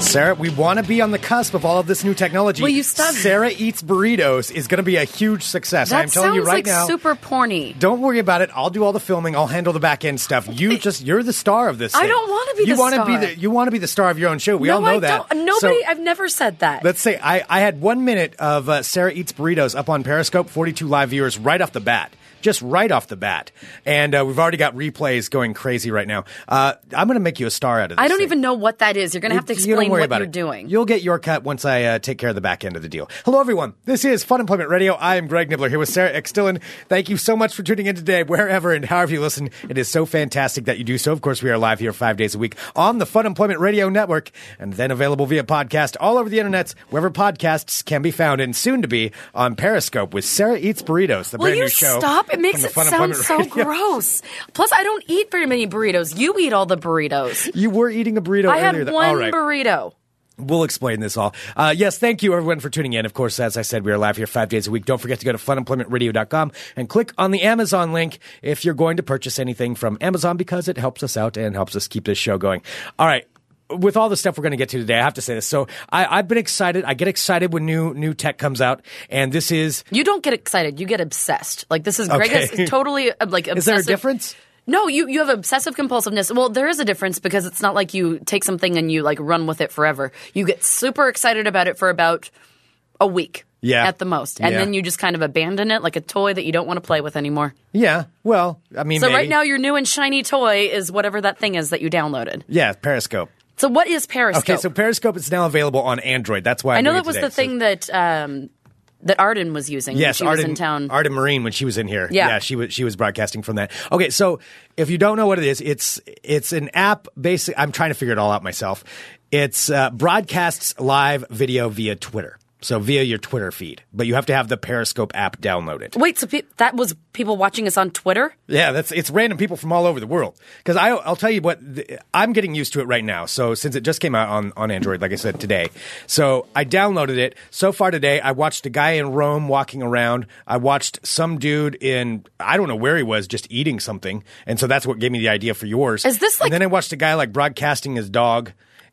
Sarah, we want to be on the cusp of all of this new technology. Will you stop- Sarah Eats Burritos is going to be a huge success. That I'm telling you sounds right like now. super porny. don't worry about it. I'll do all the filming. I'll handle the back end stuff. You just you're the star of this. I thing. don't wanna be You the wanna be star. the you want to be the star of your own show. We no, all know I that. Don't. Nobody. So- I've never said that. Let's say I, I had one minute of uh, Sarah Eats Burritos up on Periscope, 42 live viewers right off the bat. Just right off the bat. And uh, we've already got replays going crazy right now. Uh, I'm going to make you a star out of this. I don't thing. even know what that is. You're going to have to You- you don't explain worry what about you're it. doing. You'll get your cut once I uh, take care of the back end of the deal. Hello, everyone. This is Fun Employment Radio. I am Greg Nibbler here with Sarah Extillin. Thank you so much for tuning in today, wherever and however you listen. It is so fantastic that you do so. Of course, we are live here five days a week on the Fun Employment Radio Network and then available via podcast all over the internet, wherever podcasts can be found, and soon to be on Periscope with Sarah Eats Burritos, the Will brand you new show. stop? It makes from the it Fun sound Employment so Radio. gross. Plus, I don't eat very many burritos. You eat all the burritos. You were eating a burrito I earlier. had tha- one all right. burrito. We'll explain this all. Uh, yes, thank you everyone for tuning in. Of course, as I said, we are live here five days a week. Don't forget to go to funemploymentradio.com and click on the Amazon link if you're going to purchase anything from Amazon because it helps us out and helps us keep this show going. All right. With all the stuff we're going to get to today, I have to say this. So I, I've been excited. I get excited when new new tech comes out, and this is You don't get excited. You get obsessed. Like this is Greg Okay. is totally uh, like obsessive. is there a difference? No, you, you have obsessive compulsiveness. Well, there is a difference because it's not like you take something and you like run with it forever. You get super excited about it for about a week. Yeah. At the most. And Yeah. then you just kind of abandon it like a toy that you don't want to play with anymore. Yeah. Well, I mean, So maybe. right now your new and shiny toy is whatever that thing is that you downloaded. yeah, Periscope. So what is Periscope? Okay, so Periscope is now available on Android. That's why I I'm know doing that it was today. the thing that um, that Arden was using Yes, when she Arden, was in town. Arden Marine when she was in here. Yeah. she was she was broadcasting from that. Okay, so if you don't know what it is, it's it's an app. Basically, I'm trying to figure it all out myself. It's uh, broadcasts live video via Twitter, so via your Twitter feed, but you have to have the Periscope app downloaded. Wait, so pe- that was people watching us on Twitter? Yeah, that's it's random people from all over the world. Because I I'll tell you what the, I'm getting used to it right now. So since it just came out on on Android, like I said today, so I downloaded it. So far today, I watched a guy in Rome walking around. I watched some dude in I don't know where he was, just eating something, and so that's what gave me the idea for yours. Is this like- And then I watched a guy like broadcasting his dog.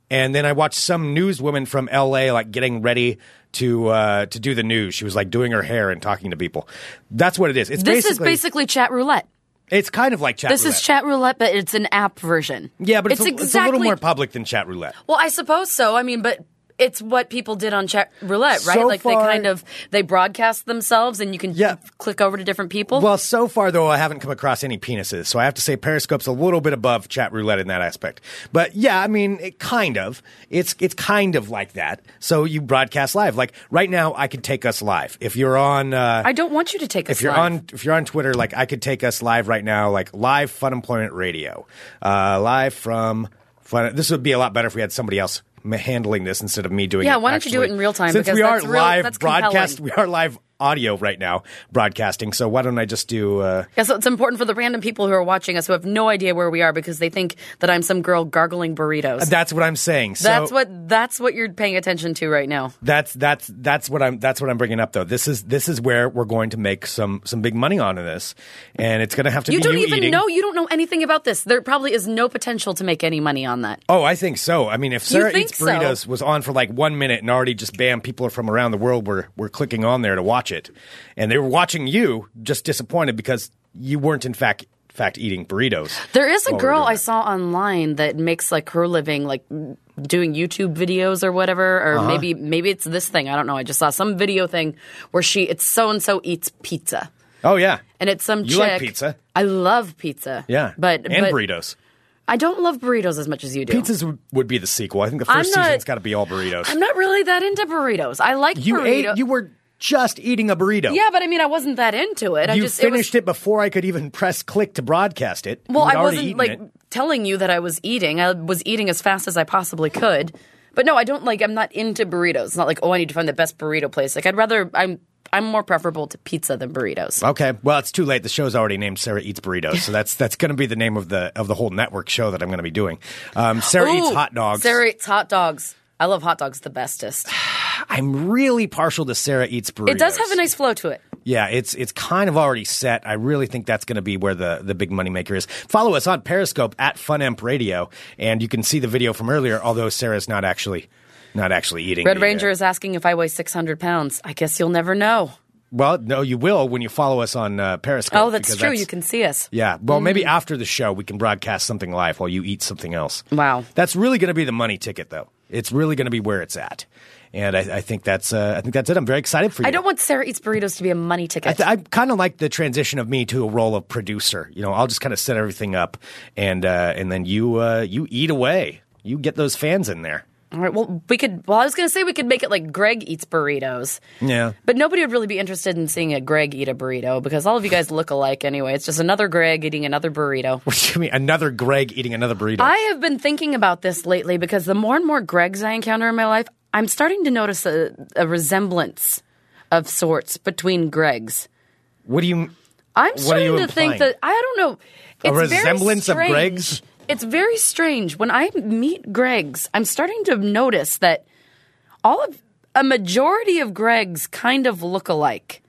And then I watched some newswoman from LA like getting ready to uh, to do the news. She was like doing her hair and talking to people. That's what it is. It's This basically, is basically chat roulette. it's kind of like chat. This roulette. is chat roulette, but it's an app version. Yeah, but it's, a, it's a exactly little more public than chat roulette. Well, I suppose so. I mean, but it's what people did on chat roulette, right? So like far- they kind of they broadcast themselves, and you can Yeah. click over to different people. Well, so far though, I haven't come across any penises, so I have to say Periscope's a little bit above chat roulette in that aspect. But yeah, I mean, it kind of. It's it's kind of like that. So you broadcast live. Like right now, I could take us live. If you're on, uh, I don't want you to take. if you're on, if you're on Twitter, like I could take us live right now, like live Fun Employment Radio, uh, live from Fun. This would be a lot better if we had somebody else. ma- Handling this instead of me doing it. Yeah, why don't you do actually. it in real time? Since Because we that's are real- live that's broadcast, compelling. we are live audio right now broadcasting. So why don't I just do? Uh, Yeah, so it's important for the random people who are watching us who have no idea where we are because they think that I'm some girl gargling burritos. that's what I'm saying. So that's what that's what you're paying attention to right now. That's that's that's what I'm that's what I'm bringing up though. This is this is where we're going to make some some big money on in this, and it's going to have to You be don't you even eating. know. You don't know anything about this. There probably is no potential to make any money on that. Oh, I think so. I mean, if Sarah think Eats so? Burritos was on for like one minute and already just bam, people from around the world were, were clicking on there to watch it. And they were watching you just disappointed because you weren't, in fact, fact eating burritos. There is a while we're girl doing I that. saw online that makes like her living like doing YouTube videos or whatever, or Uh-huh. maybe maybe it's this thing. I don't know. I just saw some video thing where she it's so and so eats pizza, Oh, yeah. and it's some You chick. like pizza. I love pizza. Yeah. but and but burritos. I don't love burritos as much as you do. Pizzas would, would be the sequel. I think the I'm first not- season's got to be all burritos. I'm not really that into burritos. I like you burrito- ate, you were just eating a burrito. yeah, but I mean, I wasn't that into it. I You just finished it. it, before I could even press click to broadcast it. Was, well, You'd I already wasn't eaten like it. telling you that I was eating. I was eating as fast as I possibly could. But no, I don't like. I'm not into burritos. It's not like oh, I need to find the best burrito place. Like I'd rather I'm I'm more preferable to pizza than burritos. Okay. Well, it's too late. The show's already named Sarah Eats Burritos, so that's that's going to be the name of the of the whole network show that I'm going to be doing. Um, Sarah Eats Ooh, Hot Dogs. Sarah eats hot dogs. I love hot dogs the bestest. I'm really partial to Sarah Eats Burritos. It does have a nice flow to it. Yeah, it's it's kind of already set. I really think that's going to be where the the big moneymaker is. Follow us on Periscope at Funamp Radio, and you can see the video from earlier. Although Sarah's not actually not actually eating. Red the, uh, Ranger is asking if I weigh 600 pounds. I guess you'll never know. Well, no, you will when you follow us on uh, Periscope. Oh, that's because true. You can see us. Yeah. Well, maybe Mm. after the show we can broadcast something live while you eat something else. Wow. That's really going to be the money ticket, though. It's really going to be where it's at, and I, I think that's uh, I think that's it. I'm very excited for you. I don't want Sarah Eats Burritos to be a money I, ticket. th- I kind of like the transition of me to a role of producer. You know, I'll just kind of set everything up, and uh, and then you uh, you eat away. You get those fans in there. All right. Well, we could. Well, I was going to say we could make it like Greg eats burritos. Yeah. But nobody would really be interested in seeing a Greg eat a burrito because all of you guys look alike anyway. It's just another Greg eating another burrito. What do you mean? Another Greg eating another burrito? I have been thinking about this lately because the more and more Gregs I encounter in my life, I'm starting to notice a, a resemblance of sorts between Gregs. what do you? What are I'm you starting to think implying? that I don't know. A It's very resemblance of strange. Greg's? It's very strange when I meet Greg's. I'm starting to notice that all of a majority of Greg's kind of look alike.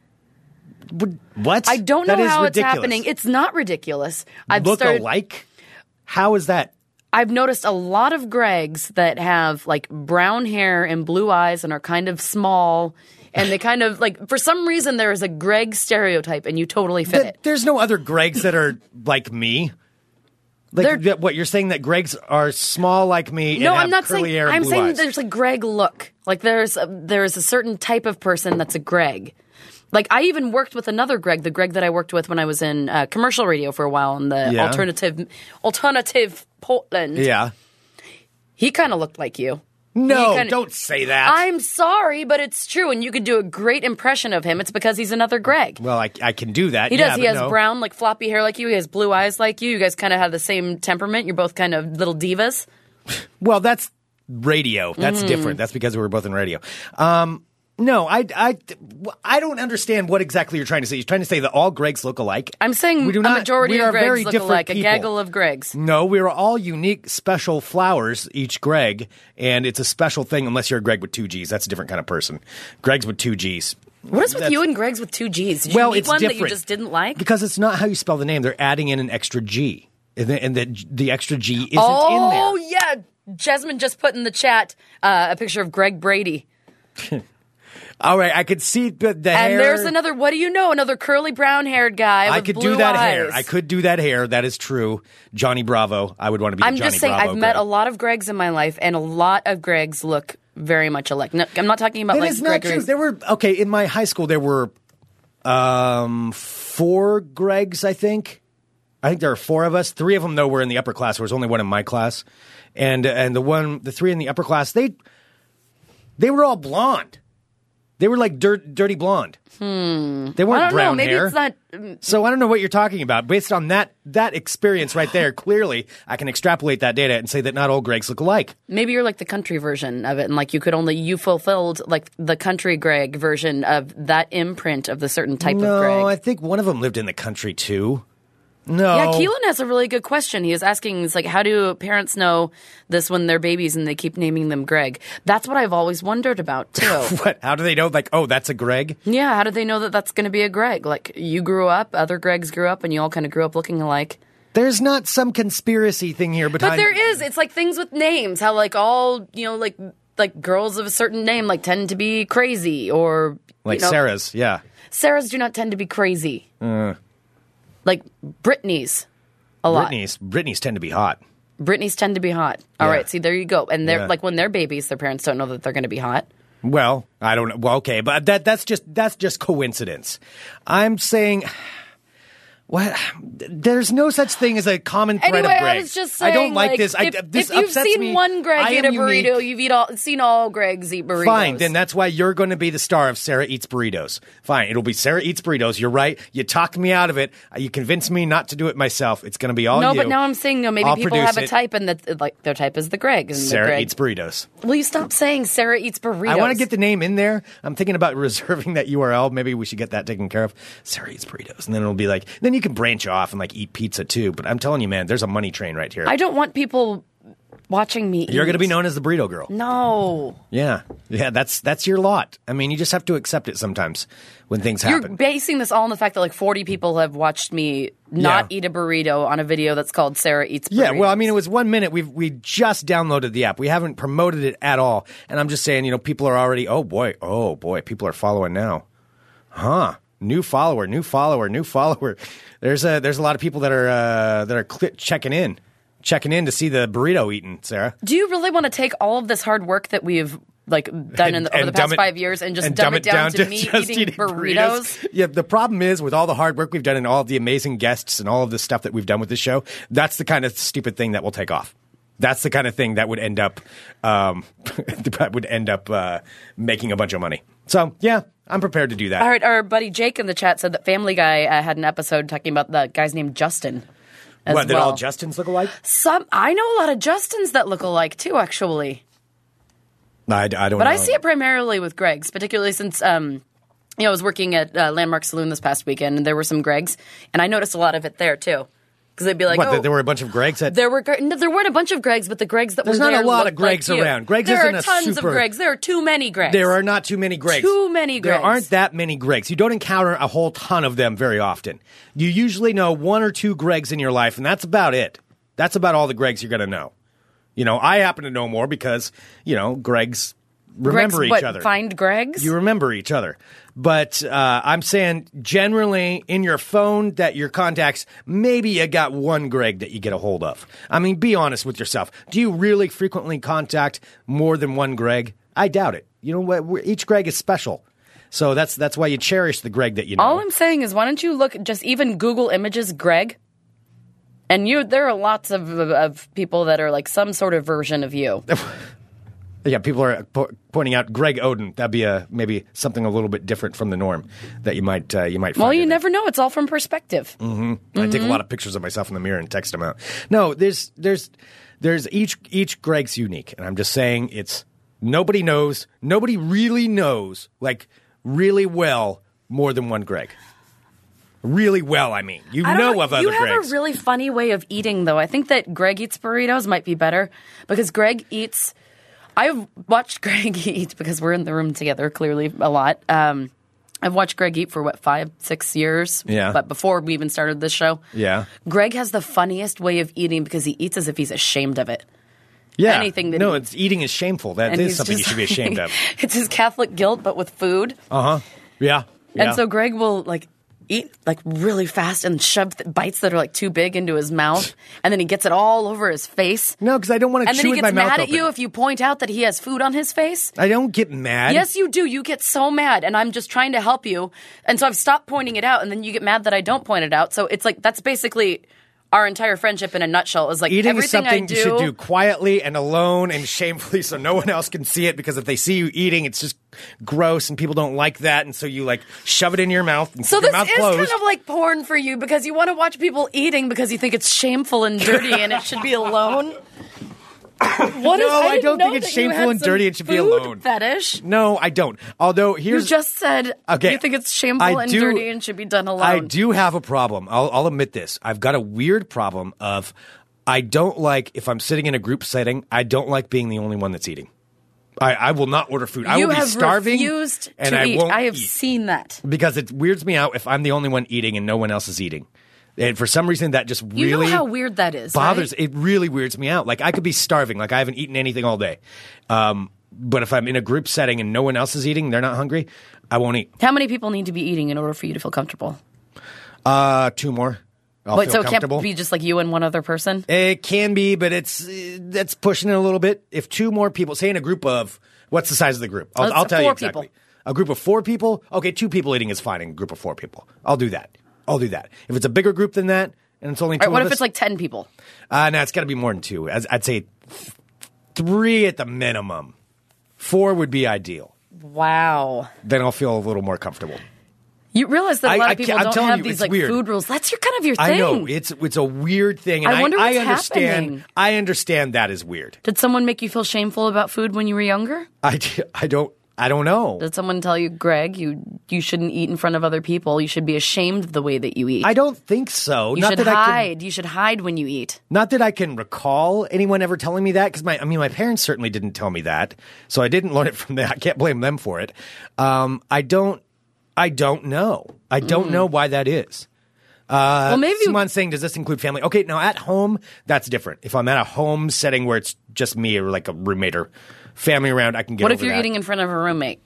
What? I don't know That is how ridiculous. it's happening. It's not ridiculous. I've Look started, alike. How is that? I've noticed a lot of Gregs that have like brown hair and blue eyes and are kind of small. And they kind of like, for some reason, there is a Greg stereotype and you totally fit Th- it. there's no other Gregs that are like me. Like They're- that- what you're saying that Gregs are small like me. and No, have I'm not curly saying. hair and I'm blue saying eyes. there's a Greg look. Like there's a, there's a certain type of person that's a Greg. Like I even worked with another Greg, the Greg that I worked with when I was in uh, commercial radio for a while in the Yeah. alternative alternative Portland. yeah. He kind of looked like you. No, kinda- don't say that. I'm sorry, but it's true, and you could do a great impression of him. It's because he's another Greg. well, I, I can do that. He yeah, does. He but has no. brown, like floppy hair, like you. He has blue eyes, like you. You guys kind of have the same temperament. You're both kind of little divas. Well, that's radio. That's Mm. different. That's because we were both in radio. Um, no, I, I, I don't understand what exactly you're trying to say. You're trying to say that all Gregs look alike. I'm saying We do a not- majority we of are Gregs very look different alike. people. A gaggle of Gregs. no, we are all unique, special flowers, each Greg, and it's a special thing unless you're a Greg with two G's. That's a different kind of person. Gregs with two G's. What is with That's- you and Greg's with two G's? Did you well, meet it's one different that you just didn't like? because it's not how you spell the name. They're adding in an extra G, and the, and the, the extra G isn't in there. oh yeah, Jasmine just put in the chat uh, a picture of Greg Brady, All right, I could see the, the and hair. there's another. What do you know? Another curly brown haired guy. I with could blue do that eyes. hair. I could do that hair. That is true. Johnny Bravo. I would want to be. the I'm Johnny just saying, Bravo I've met Greg. a lot of Gregs in my life, and a lot of Gregs look very much alike. No, I'm not talking about That like is not Gregory. true. There were okay in my high school. There were um four Gregs. I think. I think there are four of us. Three of them though were in the upper class. There was only one in my class, and and the one the three in the upper class they they were all blonde. They were like dirt, dirty blonde. Hmm. They weren't I don't brown know. Maybe hair. it's not. mm, So I don't know what you're talking about. Based on that that experience right there, clearly I can extrapolate that data and say that not all Gregs look alike. Maybe you're like the country version of it, and like you could only you fulfilled like the country Greg version of that imprint of the certain type of Greg. No, I think one of them lived in the country too. No. Yeah, Keelan has a really good question. He is asking, he's like, how do parents know this when they're babies and they keep naming them Greg? That's what I've always wondered about, too. What? How do they know? Like, oh, that's a Greg. yeah, how do they know that that's going to be a Greg? Like, you grew up, other Gregs grew up, and you all kind of grew up looking alike. There's not some conspiracy thing here But behind. there is, it's like things with names, how like all, you know, like, like girls of a certain name like tend to be crazy or like you know, Sarah's. Yeah. Sarah's do not tend to be crazy. Uh. Like Brittany's a lot. Britney's. Britney's tend to be hot. Britneys tend to be hot. All Yeah. right, see, there you go. And they're Yeah. like when they're babies, their parents don't know that they're going to be hot. Well, I don't know. Well, okay, but that that's just that's just coincidence. I'm saying What? There's no such thing as a common thread Anyway, of Greg. I was just I saying. don't like, this. If, I, this if you've upsets seen me. one Greg I eat a am burrito, unique. you've eat all, seen all Gregs eat burritos. Fine, then that's why you're going to be the star of Sarah Eats Burritos. Fine, it'll be Sarah Eats Burritos. You're right. You talked me out of it. Uh, You convinced me not to do it myself. It's going to be all no, you. but now I'm saying no. Maybe I'll people produce have a it. type, and that like their type is the Greg. And the Sarah Greg. Eats Burritos. Will you stop saying Sarah eats burritos? I want to get the name in there. I'm thinking about reserving that URL. Maybe we should get that taken care of. Sarah Eats Burritos. And then it'll be like, then you can branch off and like eat pizza too. But I'm telling you, man, there's a money train right here. I don't want people watching me. you're eat. going to be known as the burrito girl. No, Yeah. Yeah, that's that's your lot. I mean, you just have to accept it sometimes when things you're happen. basing this all on the fact that like 40 people have watched me not Yeah. eat a burrito on a video that's called Sarah eats. Yeah, well, I Burritos. mean, it was one minute. We've we just downloaded the app. We haven't promoted it at all, and I'm just saying, you know, people are already. Oh boy, oh boy, people are following now, huh? New follower, new follower, new follower. There's a there's a lot of people that are uh, that are cli checking in, checking in to see the burrito eating, Sarah. Do you really want to take all of this hard work that we've like done in the, over the dumb past it- five years and just dumb, it down, to, me just eating burritos? Yeah, the problem is with all the hard work we've done and all the amazing guests and all of the stuff that we've done with this show, that's the kind of stupid thing that will take off. That's the kind of thing that would end up um, that would end up uh, making a bunch of money. So yeah, I'm prepared to do that. All right, our buddy Jake in the chat said that Family Guy uh, had an episode talking about the guy's named Justin. As what did well. all Justins look alike? Some I know a lot of Justins that look alike too, actually. I, I don't. But know. I see it primarily with Greg's, particularly since um, you know I was working at uh, Landmark Saloon this past weekend, and there were some Greg's, and I noticed a lot of it there too, because they'd be like, What, oh, that there were a bunch of Gregs that There were Gre- no, there weren't a bunch of Gregs, but the Gregs that There's were not a there lot of looked like Gregs you. around. Gregs there isn't are a tons super- of Gregs. There are too many Gregs. There are not too many Gregs. Too many There Gregs. aren't that many Gregs. You don't encounter a whole ton of them very often. You usually know one or two Gregs in your life, and that's about it. That's about all the Gregs you're going to know. You know, I happen to know more because, you know, Gregs remember Gregs, each what, other. Find Gregs. You remember each other. But uh, I'm saying generally in your phone that your contacts, maybe you got one Greg that you get a hold of. I mean, be honest with yourself. Do you really frequently contact more than one Greg? I doubt it. You know what? We're- Each Greg is special. So that's that's why you cherish the Greg that you know. All I'm saying is, why don't you look just even Google images Greg, and you there are lots of of- of people that are like some sort of version of you. yeah, people are po- pointing out Greg Oden. That'd be a maybe something a little bit different from the norm that you might uh, you might. Find Well, you in there. never know. It's all from perspective. I Mm-hmm. take a lot of pictures of myself in the mirror and text them out. No, there's there's there's each each Greg's unique, and I'm just saying it's nobody knows, nobody really knows like really well more than one Greg. Really well, I mean, you I don't know, of other You have Gregs. a really funny way of eating, though. I think that Greg eats burritos might be better because Greg eats. I've watched Greg eat because we're in the room together clearly a lot. Um, I've watched Greg eat for what five, six years. Yeah. but before we even started this show, Yeah. Greg has the funniest way of eating because he eats as if he's ashamed of it. yeah, anything that no, he- it's eating is shameful. That And is he's something you just should be ashamed of. it's his Catholic guilt, but with food. Uh huh. Yeah. yeah. And so Greg will like eat like really fast and shove th- bites that are like too big into his mouth, and then he gets it all over his face. no, because I don't want to And then chew he with my gets mouth mad at open. you if you point out that he has food on his face. I don't get mad. Yes, you do. You get so mad, and I'm just trying to help you. And so I've stopped pointing it out, and then you get mad that I don't point it out. So it's like that's basically our entire friendship in a nutshell. It was like Eating is everything something I do. you should do quietly and alone and shamefully so no one else can see it because if they see you eating, it's just gross and people don't like that. And so you like shove it in your mouth and So keep your this mouth is closed. kind of like porn for you because you want to watch people eating because you think it's shameful and dirty and it should be alone. What is- No, I didn't don't know think it's that you shameful had and some dirty. It should be food alone. Fetish. no, I don't. Although You here's just said Okay, you think it's shameful I and do- dirty and should be done alone. I do have a problem. I'll, I'll admit this. I've got a weird problem of I don't like if I'm sitting in a group setting. I don't like being the only one that's eating. I, I will not order food. I you will have be starving refused and to I eat. won't I have eat. seen that. because it weirds me out if I'm the only one eating and no one else is eating. And for some reason, that just You really know how weird that is. bothers. right? It really weirds me out. Like I could be starving, like I haven't eaten anything all day. Um, but if I'm in a group setting and no one else is eating, they're not hungry. I won't eat. How many people need to be eating in order for you to feel comfortable? Uh, two more. I'll Wait, feel so it comfortable. can't be just like you and one other person. It can be, but it's uh, that's pushing it a little bit. If two more people, say in a group of what's the size of the group? I'll, Let's- I'll tell you four exactly. people. A group of four people. Okay, two people eating is fine. In a group of four people, I'll do that. I'll do that. If it's a bigger group than that, and it's only two All right, what of if us- it's like 10 people? Uh, no, it's got to be more than two. As- I'd say th- three at the minimum. Four would be ideal. Wow. Then I'll feel a little more comfortable. You realize that I- a lot I of people can't- I'm don't telling have you, these it's like weird. food rules. That's your kind of your thing. I know it's it's a weird thing, and I I, wonder what's I understand. happening. I understand that is weird. Did someone make you feel shameful about food when you were younger? I, d- I don't I don't know. Did someone tell you, Greg, you you shouldn't eat in front of other people? You should be ashamed of the way that you eat. I don't think so. you not should that I can, hide. You should hide when you eat. not that I can recall anyone ever telling me that because my I mean my parents certainly didn't tell me that, so I didn't learn it from them. I can't blame them for it. Um, I don't I don't know. I Mm. don't know why that is. Uh, well, maybe Someone's saying, does this include family? Okay, now at home, that's different. If I'm at a home setting where it's just me or like a roommate or family around, I can get. What if over you're that. eating in front of a roommate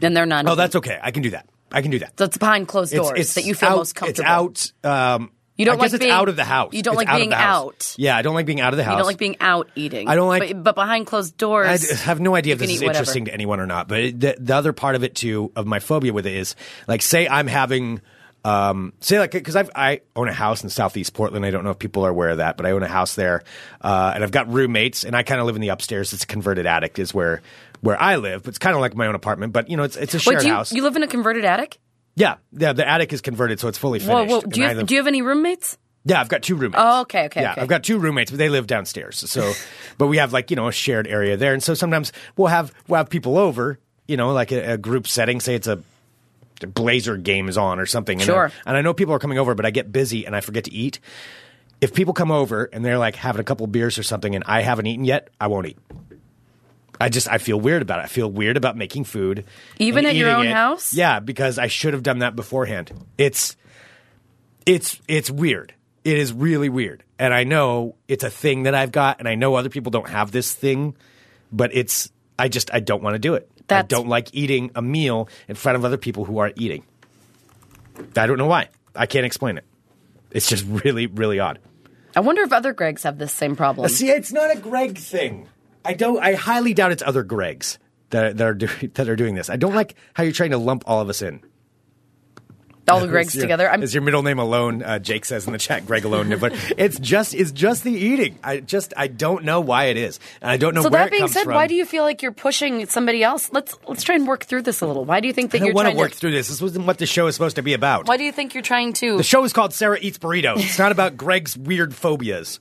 and they're not? Oh, that's okay. I can do that. I can do that. that's behind closed doors that you feel out, most comfortable. It's out. Um, You don't I guess like it's being- out of the house. you don't It's like out of being the house. out. Yeah, I don't like being out of the house. You don't like being out eating. I don't like- But, but behind closed doors, I d- have no idea if you this can is eat whatever. interesting to anyone or not, but it- the, the other part of it too of my phobia with it is like, say I'm having, um, say like because I I own a house in Southeast Portland. I don't know if people are aware of that, but I own a house there, uh, and I've got roommates, and I kind of live in the upstairs. It's a converted attic, is where where I live, but it's kind of like my own apartment. But you know, it's it's a shared Wait, do you, house. you live in a converted attic? yeah, yeah. The attic is converted, so it's fully finished. Whoa, whoa! and Do you I have, live- do you have any roommates? yeah, I've got two roommates. Oh, okay, okay, Yeah, okay. I've got two roommates, but they live downstairs. So, but we have like you know a shared area there, and so sometimes we'll have we'll have people over, you know, like a, a group setting. Say it's a the Blazer game is on or something. And Sure. I, and I know people are coming over, but I get busy and I forget to eat. If people come over and they're like having a couple beers or something, and I haven't eaten yet, I won't eat. I just I feel weird about it. I feel weird about making food, Even and at your eating own it. house? Yeah, because I should have done that beforehand. It's it's it's weird. It is really weird. And I know it's a thing that I've got and I know other people don't have this thing, but it's I just I don't want to do it. I That's- don't like eating a meal in front of other people who aren't eating. I don't know why. I can't explain it. It's just really really odd. I wonder if other Gregs have this same problem. Uh, See, it's not a Greg thing. I don't I highly doubt it's other Gregs that that are doing that are doing this. I don't like how you're trying to lump all of us in. All the Gregs Is your- together. I'm Is your middle name alone? Uh, Jake says in the chat, Greg alone. Nibbler. it's just it's just the eating. I just I don't know why it is. And I don't know So where that it being comes said, from. why do you feel like you're pushing somebody else? Let's let's try and work through this a little. Why do you think that I you're want trying to work to? through this. This wasn't what the show is supposed to be about. Why do you think you're trying to? The show is called Sarah Eats Burritos. It's not about Greg's weird phobias.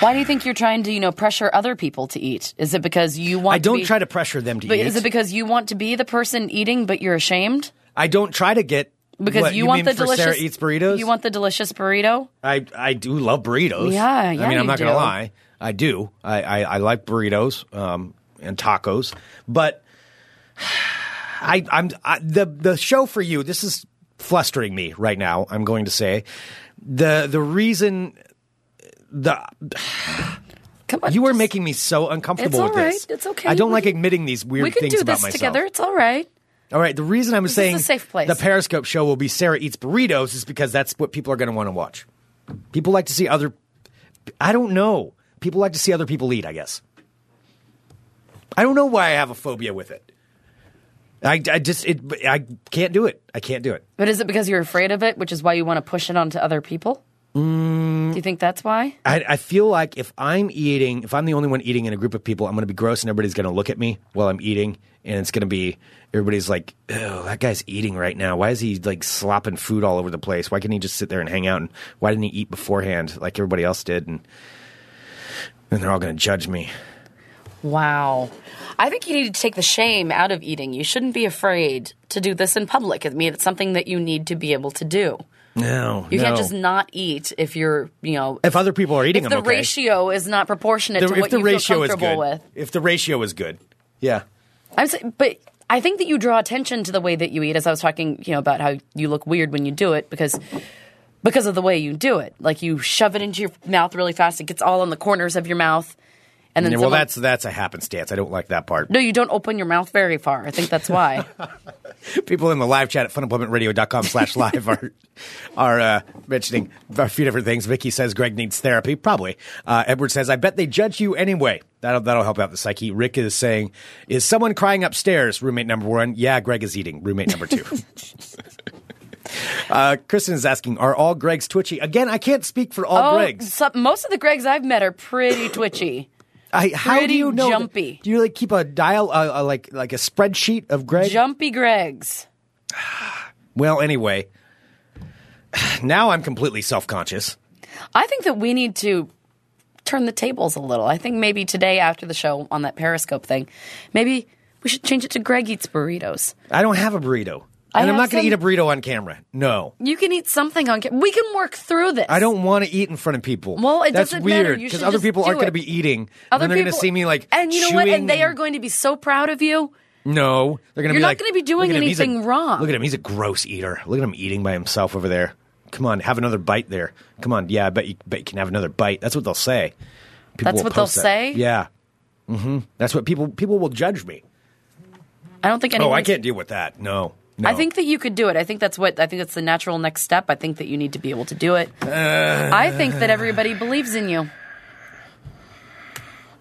Why do you think you're trying to you know pressure other people to eat? Is it because you want? I don't to be, try to pressure them to But eat. is it because you want to be the person eating, but you're ashamed I don't try to get because what, you, want mean the for delicious Sarah Eats Burritos. You want the delicious burrito. I I do love burritos. Yeah, yeah, I mean, I'm you not gonna do. lie. I do. I I, I like burritos um, and tacos, but I I'm I, the the show for you. This is flustering me right now. I'm going to say the the reason the Come on, you were just- making me so uncomfortable with It's all right. this. It's okay. I don't We like can- admitting these weird We can things do about this myself. together. It's all right. All right. The reason I'm is saying a safe place. the Periscope show will be Sarah eats burritos is because that's what people are going to want to watch. People like to see other. I don't know. People like to see other people eat. I guess. I don't know why I have a phobia with it. I, I just it I can't do it. I can't do it. But is it because you're afraid of it, which is why you want to push it onto other people? Mm. Do you think that's why? I, I feel like if I'm eating, if I'm the only one eating in a group of people, I'm going to be gross and everybody's going to look at me while I'm eating. And it's going to be, everybody's like, oh, that guy's eating right now. Why is he like slopping food all over the place? Why can't he just sit there and hang out? And why didn't he eat beforehand like everybody else did? And then they're all going to judge me. Wow. I think you need to take the shame out of eating. You shouldn't be afraid to do this in public. I mean, it's something that you need to be able to do. No. You can't no. just not eat if you're, you know, If other people are eating, if I'm the okay. ratio is not proportionate The- to if what the you ratio feel is comfortable good. with. If the ratio is good. Yeah. I'm saying, but I think that you draw attention to the way that you eat. As I was talking, you know, about how you look weird when you do it because because of the way you do it. Like you shove it into your mouth really fast. It gets all on the corners of your mouth, and then Yeah, well, someone- that's that's a happenstance. I don't like that part. no, you don't open your mouth very far. I think that's why. people in the live chat at funemploymentradio.com slash live are, are uh, mentioning a few different things. Vicky says Greg needs therapy. Probably. Uh, Edward says, I bet they judge you anyway. That'll, that'll help out the psyche. Rick is saying, Is someone crying upstairs? Roommate number one. Yeah, Greg is eating. Roommate number two. Uh, Kristen is asking, are all Gregs twitchy? Again, I can't speak for all Oh, Gregs. some- most of the Gregs I've met are pretty twitchy. I, how do pretty you know? jumpy. Do you like keep a dial, uh, uh, like like a spreadsheet of Greg? Jumpy Gregs. Well, anyway, now I'm completely self conscious. I think that we need to turn the tables a little. I think maybe today after the show on that Periscope thing, maybe we should change it to Greg eats burritos. I don't have a burrito, I and I'm have not going to some- eat a burrito on camera. No, You can eat something on camera. We can work through this. I don't want to eat in front of people. Well, it That's doesn't matter. weird You because should other just people do aren't going to it. be eating. Other and they're going to people- see me like and you know what? chewing And they are going to be so proud of you. No, they're going to You're be not like, gonna be doing "Look at him, he's a- anything wrong." Look at him; he's a gross eater. Look at him eating by himself over there. Come on, have another bite there. Come on, yeah, I bet you bet you can have another bite. That's what they'll say. People That's will what they'll post that. say? Yeah, hmm that's what people people will judge me. I don't think anyone. Oh, I can't deal with that. No, no. I think that you could do it. I think that's what I think that's the natural next step. I think that you need to be able to do it. Uh. I think that everybody believes in you.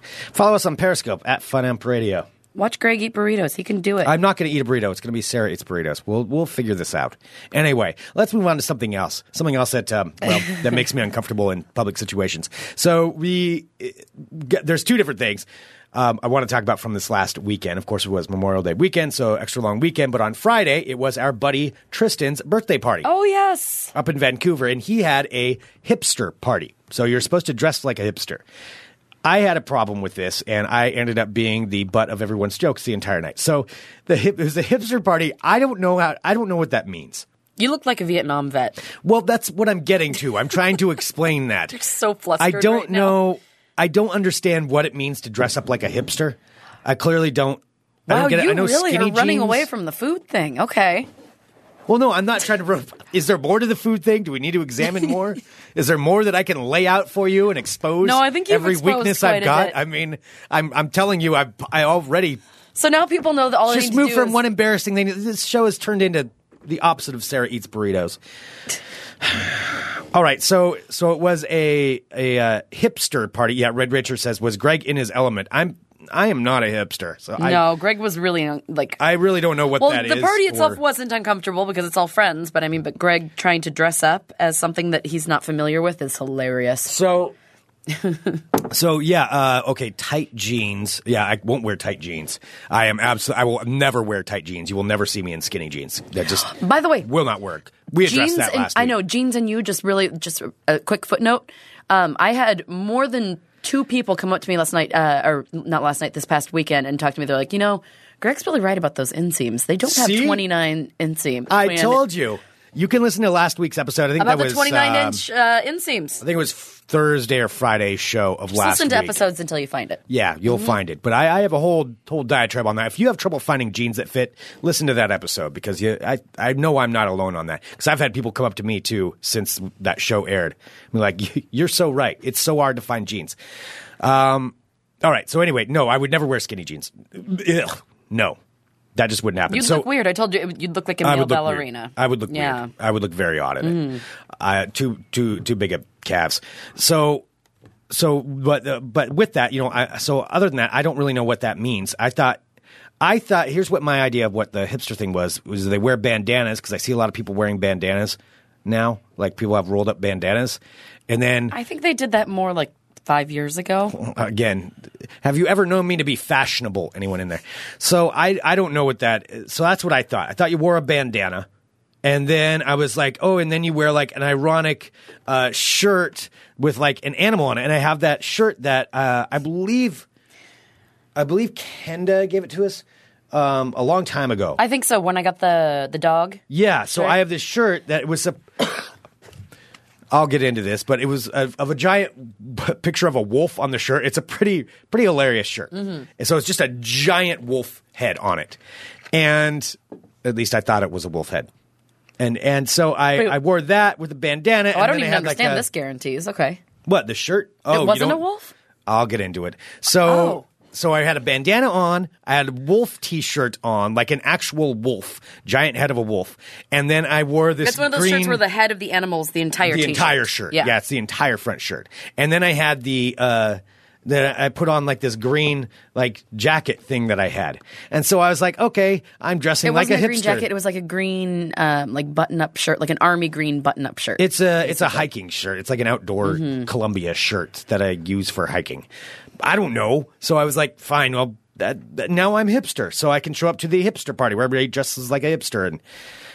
follow us on Periscope at Funamp Radio. Watch Greg eat burritos. He can do it. I'm not going to eat a burrito. It's going to be Sarah eats burritos. We'll we'll figure this out. Anyway, let's move on to something else. Something else that um, well that makes me uncomfortable in public situations. So we eh, get, there's two different things. Um, I want to talk about from this last weekend. Of course, it was Memorial Day weekend, so extra long weekend. But on Friday, it was our buddy Tristan's birthday party oh yes. up in Vancouver, and he had a hipster party. So you're supposed to dress like a hipster. I had a problem with this, and I ended up being the butt of everyone's jokes the entire night. So the hip, it was a hipster party. I don't know how. I don't know what that means. You look like a Vietnam vet. Well, that's what I'm getting to. I'm trying to explain that. So I flustered. don't right now. know. I don't understand what it means to dress up like a hipster. I clearly don't. I Wow, don't get it. you I know really skinny are running jeans. away from the food thing. Okay. Well, no, I'm not trying to. Rip. Is there more to the food thing? Do we need to examine more? Is there more that I can lay out for you and expose? No, I think you've every exposed weakness quite I've a got. bit. I mean, I'm I'm telling you, I I already So now people know that all they just need to moved do from is- one embarrassing thing. This show has turned into the opposite of Sarah eats burritos. All right, so so it was a a uh, hipster party. Yeah, Red Richard says was Greg in his element. I'm I am not a hipster, so I no, Greg was really uh, like. I really don't know what well, that is. the party itself or- wasn't uncomfortable because it's all friends, but I mean, but Greg trying to dress up as something that he's not familiar with is hilarious. So, so yeah, uh, okay, tight jeans. Yeah, I won't wear tight jeans. I am absolutely. I will never wear tight jeans. You will never see me in skinny jeans. That just By the way, will not work. We addressed jeans that and last. I week. know jeans and you just really just a- a quick footnote. Um, I had more than two people come up to me last night, uh, or not last night, this past weekend, and talk to me. They're like, you know, Greg's really right about those inseams. They don't have See? twenty nine inseam. I 29 told you. You can listen to last week's episode. I think about that the was twenty nine um, inch uh, inseams. I think it was Thursday or Friday show of last Listen to week. episodes until you find it. Yeah, you'll Mm-hmm. find it. But I, I have a whole whole diatribe on that. If you have trouble finding jeans that fit, listen to that episode because you, I I know I'm not alone on that because I've had people come up to me too since that show aired. I'm like, you're so right. It's so hard to find jeans. Um, all right. So anyway, no, I would never wear skinny jeans. Ugh, no, that just wouldn't happen. You'd so look weird. I told you it- you'd look like a I male would look weird. ballerina. I would look yeah. Mm-hmm. weird. I would look very odd in it. Uh, too too too big of calves. So so but uh, but with that, you know, I, so other than that, I don't really know what that means. I thought. I thought here's what my idea of what the hipster thing was was they wear bandanas because I see a lot of people wearing bandanas now like people have rolled up bandanas and then I think they did that more like five years ago. again, have you ever known me to be fashionable? Anyone in there? So I, I don't know what that. Is. So that's what I thought. I thought you wore a bandana, and then I was like, oh, and then you wear like an ironic uh, shirt with like an animal on it, and I have that shirt that uh, I believe, I believe Kenda gave it to us um, a long time ago. I think so. When I got the the dog, Oh, Yeah, so Sure. I have this shirt that was a. I'll get into this, but it was of, of a giant b- picture of a wolf on the shirt. It's a pretty, pretty hilarious shirt, Mm-hmm. and so it's just a giant wolf head on it, and at least I thought it was a wolf head, and and so I, Wait. I wore that with a bandana. oh, and I don't then even had like understand a- this guarantees. Okay, What the shirt? Oh, it you wasn't a don't- wolf. I'll get into it. So, Oh. so I had a bandana on. I had a wolf T-shirt on, like an actual wolf, giant head of a wolf, and then I wore this. It's one of those green, shirts where the head of the animal's the entire the t-shirt. entire shirt. Yeah. it's the entire front shirt. And then I had the uh, Then I put on like this green like jacket thing that I had, and so I was like, okay, I'm dressing It like wasn't a a, hipster. green jacket. It was like a green, um, like button-up shirt, like an army green button-up shirt. It's a it's a hiking shirt. It's like an outdoor Mm-hmm. Columbia shirt that I use for hiking. I don't know, so I was like, fine. Well, that, that- now I'm hipster, so I can show up to the hipster party where everybody dresses like a hipster and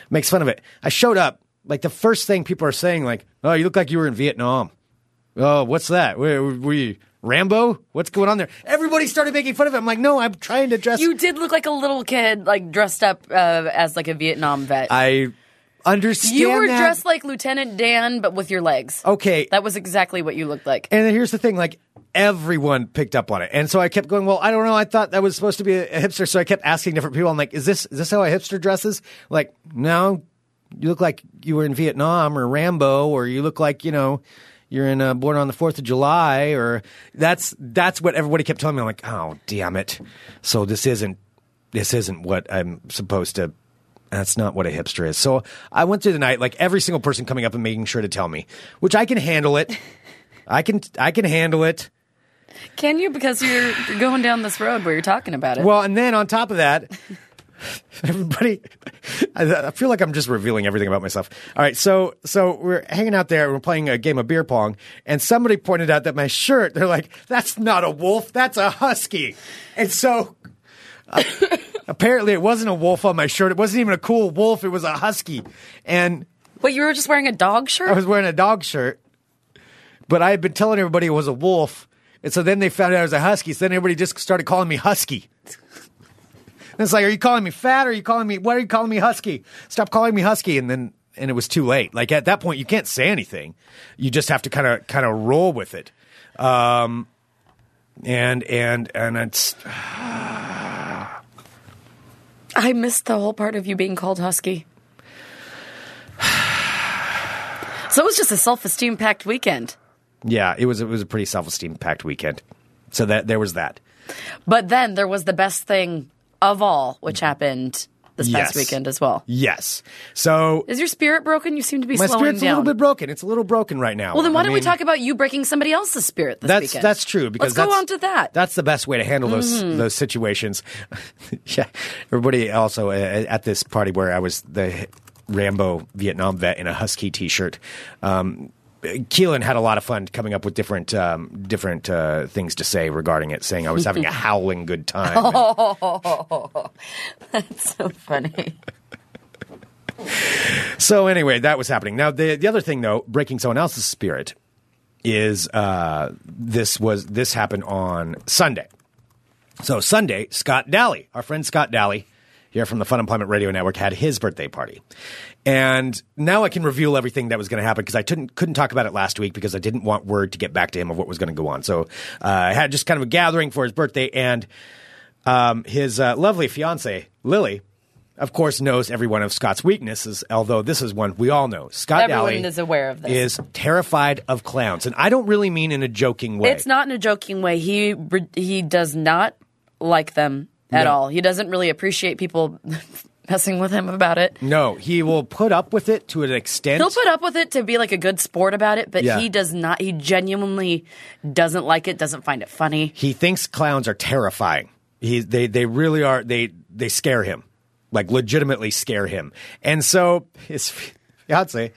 makes fun of it. I showed up. Like the first thing people are saying, like, "Oh, you look like you were in Vietnam." Oh, what's that? We, we Rambo? What's going on there? Everybody started making fun of it. I'm like, no, I'm trying to dress. you did look like a little kid, like dressed up uh, as like a Vietnam vet. I understand. you were that. dressed like Lieutenant Dan, but with your legs. okay. That was exactly what you looked like. And here's the thing, like everyone picked up on it. And so I kept going, well, I don't know. I thought that was supposed to be a a hipster. So I kept asking different people. I'm like, is this, is this how a hipster dresses? Like, no, you look like you were in Vietnam or Rambo, or you look like, you know, you're in uh, Born on the Fourth of July, or that's, that's what everybody kept telling me. I'm like, oh, damn it. So this isn't, this isn't what I'm supposed to that's not what a hipster is. So I went through the night, like every single person coming up and making sure to tell me, which I can handle it. I can I can handle it. Can you? Because you're you're going down this road where you're talking about it. Well, and then on top of that, everybody, I, I feel like I'm just revealing everything about myself. All right, so so we're hanging out there, we're playing a game of beer pong, and somebody pointed out that my shirt. They're like, "That's not a wolf, that's a husky," and so. uh, Apparently, it wasn't a wolf on my shirt. It wasn't even a cool wolf. It was a husky. And Wait, you were just wearing a dog shirt? I was wearing a dog shirt, but I had been telling everybody it was a wolf. And so then they found out I was a husky. So then everybody just started calling me husky. And it's like, are you calling me fat? Or are you calling me, what are you calling me husky? Stop calling me husky. And then, and it was too late. Like at that point, you can't say anything. You just have to kind of, kind of roll with it. Um, and, and, and it's, I missed the whole part of you being called husky. So it was just a self-esteem packed weekend. yeah, it was, it was a pretty self esteem packed weekend. So that, there was that. But then there was the best thing of all, which happened this Yes. past weekend as well. Yes. So Is your spirit broken? You seem to be my slowing spirit's down. a little bit broken. It's a little broken right now. well, then why don't we mean, talk about you breaking somebody else's spirit this That's weekend? that's true because let's go that's- on to that. Mm-hmm. That's the best way to handle those those situations. yeah, everybody also uh, at this party where I was the Rambo Vietnam vet in a husky T-shirt. Um, Keelan had a lot of fun coming up with different um, different uh, things to say regarding it, saying I was having a howling good time. Oh. That's so funny. So anyway, that was happening. Now the the other thing though, breaking someone else's spirit is uh, this was this happened on Sunday. So Sunday, Scott Daly, our friend Scott Daly, here from the Fun Employment Radio Network, had his birthday party, and now I can reveal everything that was going to happen because I couldn't couldn't talk about it last week because I didn't want word to get back to him of what was going to go on. So uh, I had just kind of a gathering for his birthday, and um, his uh, lovely fiance Lily, of course, knows every one of Scott's weaknesses. Although this is one we all know. Scott Everyone Daly is aware of this. Is terrified of clowns, and I don't really mean in a joking way. It's not in a joking way. He re- he does not like them at No. all. He doesn't really appreciate people messing with him about it. No, he will put up with it to an extent. He'll put up with it to be like a good sport about it, but Yeah. he does not. He genuinely doesn't like it. Doesn't find it funny. he thinks clowns are terrifying. He they they really are. They they scare him, like legitimately scare him. And so his fiance,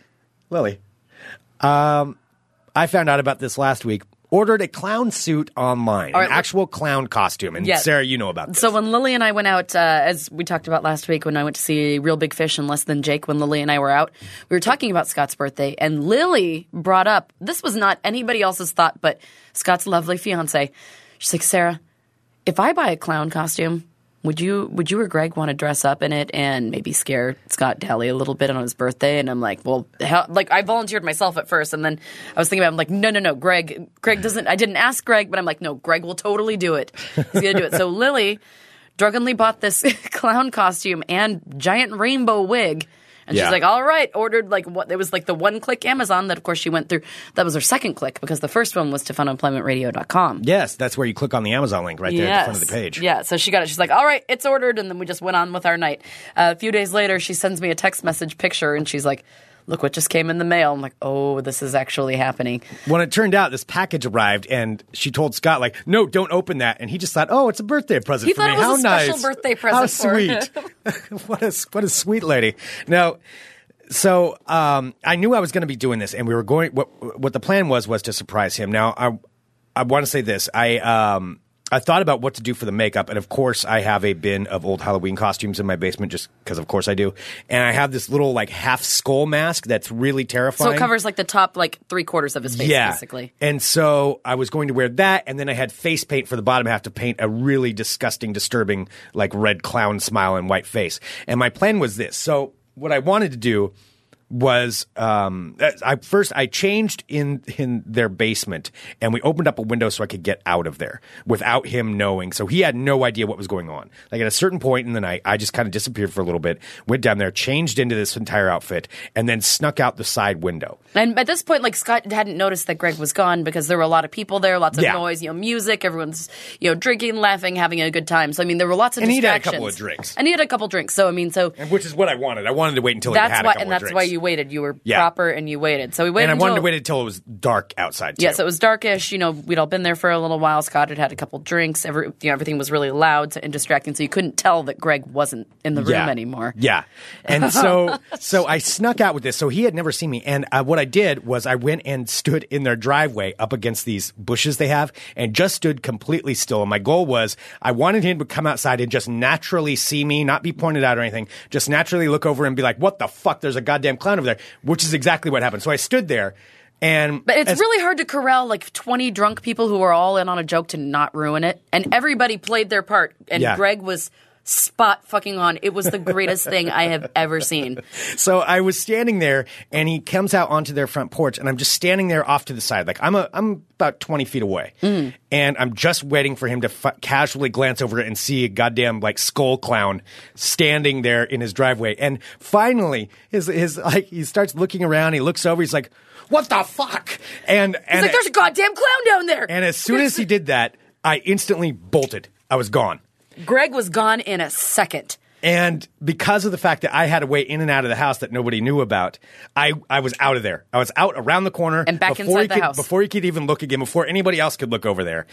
Lily, um, I found out about this last week. Ordered a clown suit online, All right, an look- actual clown costume. And Yeah. Sarah, you know about this. So when Lily and I went out, uh, as we talked about last week, when I went to see Real Big Fish and Less Than Jake, when Lily and I were out, we were talking about Scott's birthday, and Lily brought up this was not anybody else's thought, but Scott's lovely fiance. She's like, Sarah, if I buy a clown costume, would you would you or Greg want to dress up in it and maybe scare Scott Daly a little bit on his birthday? And I'm like, well, hell, like I volunteered myself at first, and then I was thinking about, it, I'm like, no, no, no, Greg, Greg doesn't. I didn't ask Greg, but I'm like, no, Greg will totally do it. He's gonna do it. So Lily drunkenly bought this clown costume and giant rainbow wig. And Yeah. she's like, all right, ordered like what? It was like the one click Amazon that, of course, she went through. That was her second click because the first one was to funemploymentradio.com. yes, that's where you click on the Amazon link right there at the front of the Yes. page. Yeah, so she got it. She's like, all right, it's ordered. And then we just went on with our night. Uh, a few days later, she sends me a text message picture and she's like, look what just came in the mail. I'm like, oh, this is actually happening. When it turned out, this package arrived, and she told Scott, like, no, don't open that. And he just thought, oh, it's a birthday present He for thought me. it was How a special nice. birthday present How for him. sweet. what, a, what a sweet lady. Now, so um, I knew I was going to be doing this, and we were going, what, what the plan was, was to surprise him. Now, I, I want to say this. I, um, I thought about what to do for the makeup, and of course, I have a bin of old Halloween costumes in my basement, just because, of course, I do. And I have this little like half skull mask that's really So terrifying. it covers like the top like three quarters of his face, basically. And so I was going to wear that, and then I had face paint for the bottom half to paint a really disgusting, disturbing, like red clown smile and white face. And my plan was this. So what I wanted to do was um, I first I changed in in their basement, and we opened up a window so I could get out of there without him knowing. So he had no idea what was going on. Like at a certain point in the night, I just kind of disappeared for a little bit, went down there, changed into this entire outfit, and then snuck out the side window. And at this point, like Scott hadn't noticed that Greg was gone because there were a lot of people there, lots of Yeah. noise, you know, music, everyone's you know drinking, laughing, having a good time. So I mean, there were lots of And he'd had a distractions. couple of drinks. And he had a couple drinks. So I mean, so And which is what I wanted. I wanted to wait until he that's had why, a couple and that's drinks. why you waited. You were Yeah. proper and you waited. So we waited. And I until, wanted to wait until it was dark outside. Too. Yeah, so it was darkish. You know, we'd all been there for a little while. Scott had had a couple drinks. Every, you know, everything was really loud and distracting, so you couldn't tell that Greg wasn't in the room yeah. anymore. Yeah, and so so I snuck out with this. So he had never seen me, and uh, what I did was I went and stood in their driveway up against these bushes they have, and just stood completely still. And my goal was I wanted him to come outside and just naturally see me, not be pointed out or anything, just naturally look over and be like, "What the fuck? There's a goddamn clown over there," which is exactly what happened. So I stood there, and But it's as- really hard to corral like 20 drunk people who are all in on a joke to not ruin it. And everybody played their part. And Yeah. Greg was spot fucking on. It was the greatest thing I have ever seen. So I was standing there, and he comes out onto their front porch, and I'm just standing there off to the side, like I'm a I'm about twenty feet away, Mm. and I'm just waiting for him to f- casually glance over and see a goddamn like skull clown standing there in his driveway, and finally his his like he starts looking around, he looks over, he's like, "What the fuck?" And It's and like, there's a goddamn clown down there. and as soon as he did that, I instantly bolted. I was gone. Greg was gone in a second. And because of the fact that I had a way in and out of the house that nobody knew about, I, I was out of there. I was out around the corner And back before inside he the could, house. before he could even look again, before anybody else could look over there.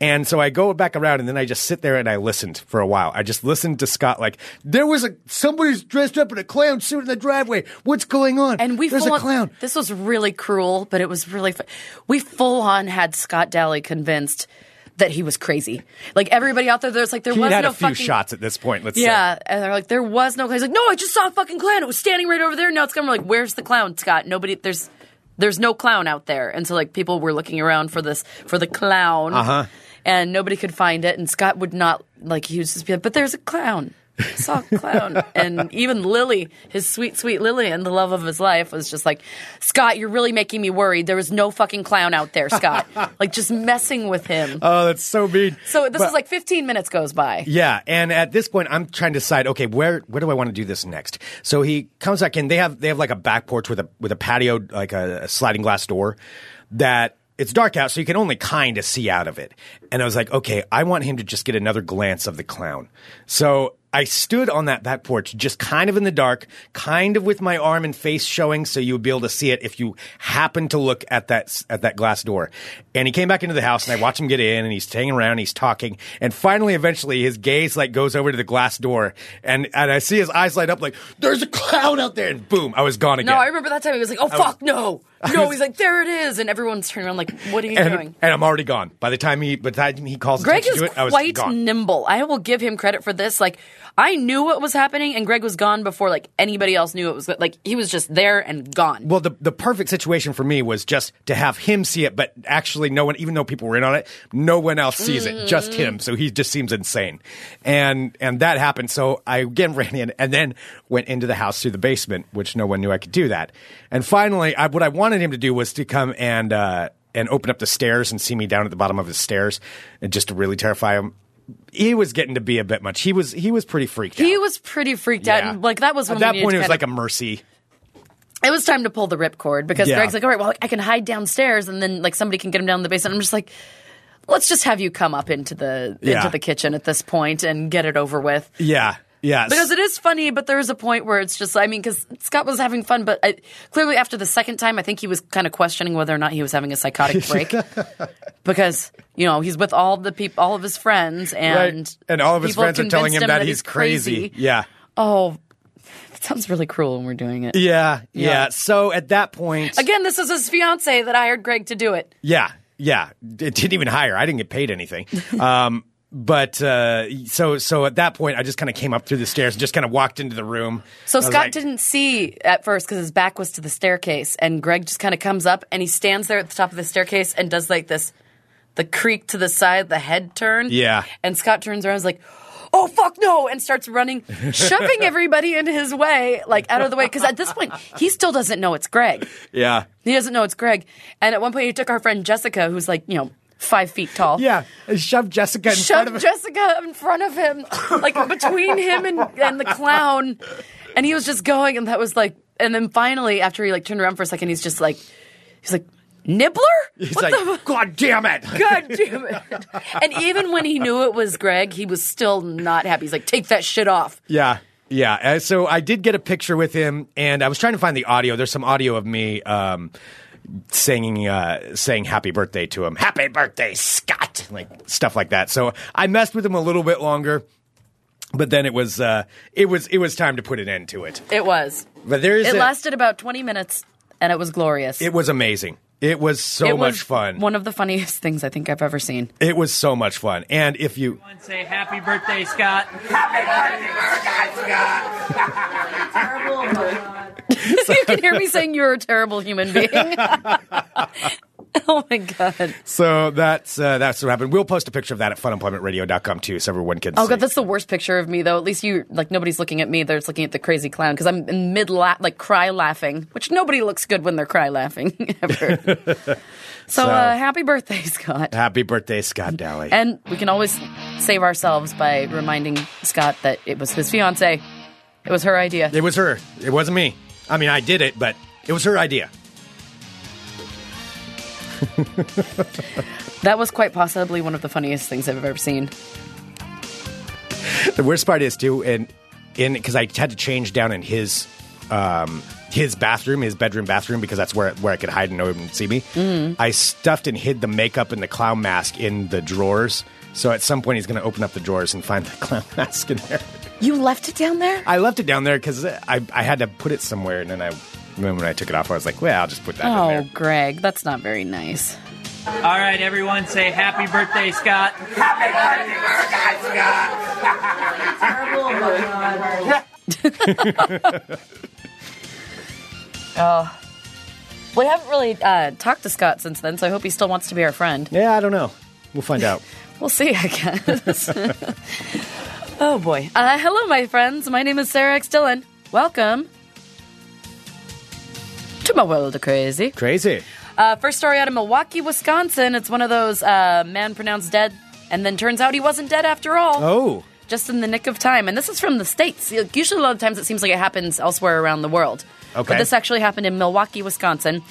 And so I go back around, and then I just sit there and I listened for a while. I just listened to Scott like there was a somebody's dressed up in a clown suit in the driveway. What's going on? And we there's full a on, clown. This was really cruel, but it was really. Fu- we full on had Scott Daly convinced that he was crazy. Like everybody out there, there's like there He was had no a few fucking shots at this point. Let's say. Yeah, and they're like, there was no clown. He's like, no, I just saw a fucking clown. It was standing right over there. Now it's gone. We're like, where's the clown, Scott? Nobody, there's, there's no clown out there. And so like people were looking around for this for the clown, uh-huh. and nobody could find it. And Scott would not like he was just be like, but there's a clown. I saw a clown, and even Lily, his sweet, sweet Lily, and the love of his life, was just like, Scott, you're really making me worried. There was no fucking clown out there, Scott. like just messing with him. Oh, that's so mean. so this But- was like 15 minutes goes by. Yeah, and at this point, I'm trying to decide. Okay, where where do I want to do this next? So he comes back in. They have they have like a back porch with a with a patio, like a, a sliding glass door. That it's dark out, so you can only kind of see out of it. And I was like, okay, I want him to just get another glance of the clown. So I stood on that back porch, just kind of in the dark, kind of with my arm and face showing, so you would be able to see it if you happened to look at that at that glass door. And he came back into the house, and I watched him get in, and he's hanging around, he's talking, and finally, eventually, his gaze like goes over to the glass door, and and I see his eyes light up, like there's a clown out there, and boom, I was gone again. No, I remember that time he was like, "Oh fuck, no, no." was- he's like, "There it is," and everyone's turning around like, "What are you and, doing?" and I'm already gone. By the time he, by the time he calls Greg attention is to it, I was quite gone. nimble. I will give him credit for this. Like, I knew what was happening, and Greg was gone before like anybody else knew it was. Like, he was just there and gone. Well, the, the perfect situation for me was just to have him see it, but actually, no one, even though people were in on it, no one else sees it, just him. So he just seems insane. And, and that happened. So I again ran in and then went into the house through the basement, which no one knew I could do that. And finally, I, what I wanted him to do was to come and, uh, and open up the stairs and see me down at the bottom of his stairs and just to really terrify him. He was getting to be a bit much. He was, he was pretty freaked out. he was pretty freaked out, Yeah. and like that was when at we that needed point, to it was kinda- like a mercy. it was time to pull the ripcord because Yeah. Greg's like, all right, well, I can hide downstairs, and then like somebody can get him down in the basement. I'm just like, let's just have you come up into the Yeah. into the kitchen at this point and get it over with. Yeah. Yes. Because it is funny, but there is a point where it's just, I mean, because Scott was having fun, but I, clearly after the second time, I think he was kind of questioning whether or not he was having a psychotic break. because, you know, he's with all the people, all of his friends, and. right. and all of his people friends are telling convinced him that, he's crazy. Yeah. Oh, that sounds really cruel when we're doing it. Yeah, yeah. Yeah. So at that point, Again, this is his fiance that hired Greg to do it. yeah, yeah. It didn't even hire. I didn't get paid anything. Um, but uh, so so at that point, I just kind of came up through the stairs and just kind of walked into the room. So I was Scott like- didn't see at first because his back was to the staircase, and Greg just kind of comes up and he stands there at the top of the staircase and does like this, the creak to the side, the head turn. Yeah. And Scott turns around and is like, oh, fuck no, and starts running, shoving everybody in his way, like out of the way. Because at this point, he still doesn't know it's Greg. Yeah, He doesn't know it's Greg. And at one point, he took our friend Jessica, who's like, you know, five feet tall. yeah. I shoved Jessica in front shoved of Jessica in front of him, like between him and, and the clown. And he was just going, and that was like, and then finally, after he like turned around for a second, he's just like, he's like, Nibbler? He's what like, the f- God damn it! God damn it. And even when he knew it was Greg, he was still not happy. He's like, take that shit off. Yeah. Yeah. Uh, So I did get a picture with him, and I was trying to find the audio. There's some audio of me um, singing, uh, saying happy birthday to him. Happy birthday, Scott! Like stuff like that. So I messed with him a little bit longer. But then it was uh, it was it was time to put an end to it. It was. But there is It a- lasted about 20 minutes, and it was glorious. it was amazing. It was so It was much fun. One of the funniest things I think I've ever seen. it was so much fun. And if you Everyone say happy birthday, Scott. so you can hear me saying you're a terrible human being. oh my god! so that's uh, that's what happened. We'll post a picture of that at funemploymentradio.com too, so everyone can. Oh see. god, that's the worst picture of me though. At least you like nobody's looking at me. They're just looking at the crazy clown because I'm in mid la- like cry laughing, which nobody looks good when they're cry laughing ever. so, uh, happy birthday, Scott! Happy birthday, Scott Daly. And we can always save ourselves by reminding Scott that it was his fiance. It was her idea. It was her. It wasn't me. I mean, I did it, but it was her idea. That was quite possibly one of the funniest things I've ever seen. The worst part is too, and in because I had to change down in his um, his bathroom, his bedroom bathroom, because that's where where I could hide and no one would see me. Mm. I stuffed and hid the makeup and the clown mask in the drawers. So at some point, he's going to open up the drawers and find the clown mask in there. You left it down there. I left it down there because I I had to put it somewhere, and then I then when I took it off, I was like, well, I'll just put that in Oh, there. Greg, that's not very nice. All right, everyone say happy birthday, Scott. We haven't really uh, talked to Scott since then, so I hope he still wants to be our friend. Yeah, I don't know. We'll find out. We'll see, I guess. oh boy. Uh, hello, my friends. My name is Sarah X. Dillon. Welcome to my world of crazy. Crazy. Uh, first story out of Milwaukee, Wisconsin. It's one of those uh, man pronounced dead, and then turns out he wasn't dead after all. Oh. just in the nick of time. And this is from the States. Like, Usually, a lot of times, it seems like it happens elsewhere around the world. Okay. But this actually happened in Milwaukee, Wisconsin.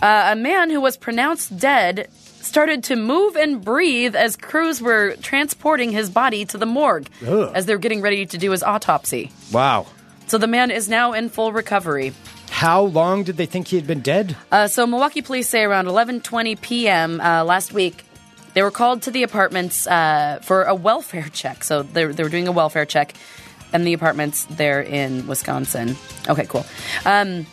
Uh, a man who was pronounced dead started to move and breathe as crews were transporting his body to the morgue Ugh. as they're getting ready to do his autopsy. Wow. So the man is now in full recovery. How long did they think he had been dead? Uh, so Milwaukee police say around 11:20 p.m. Uh, last week, they were called to the apartments uh, for a welfare check. So they they were doing a welfare check, and the apartments there in Wisconsin. Okay, cool. Um,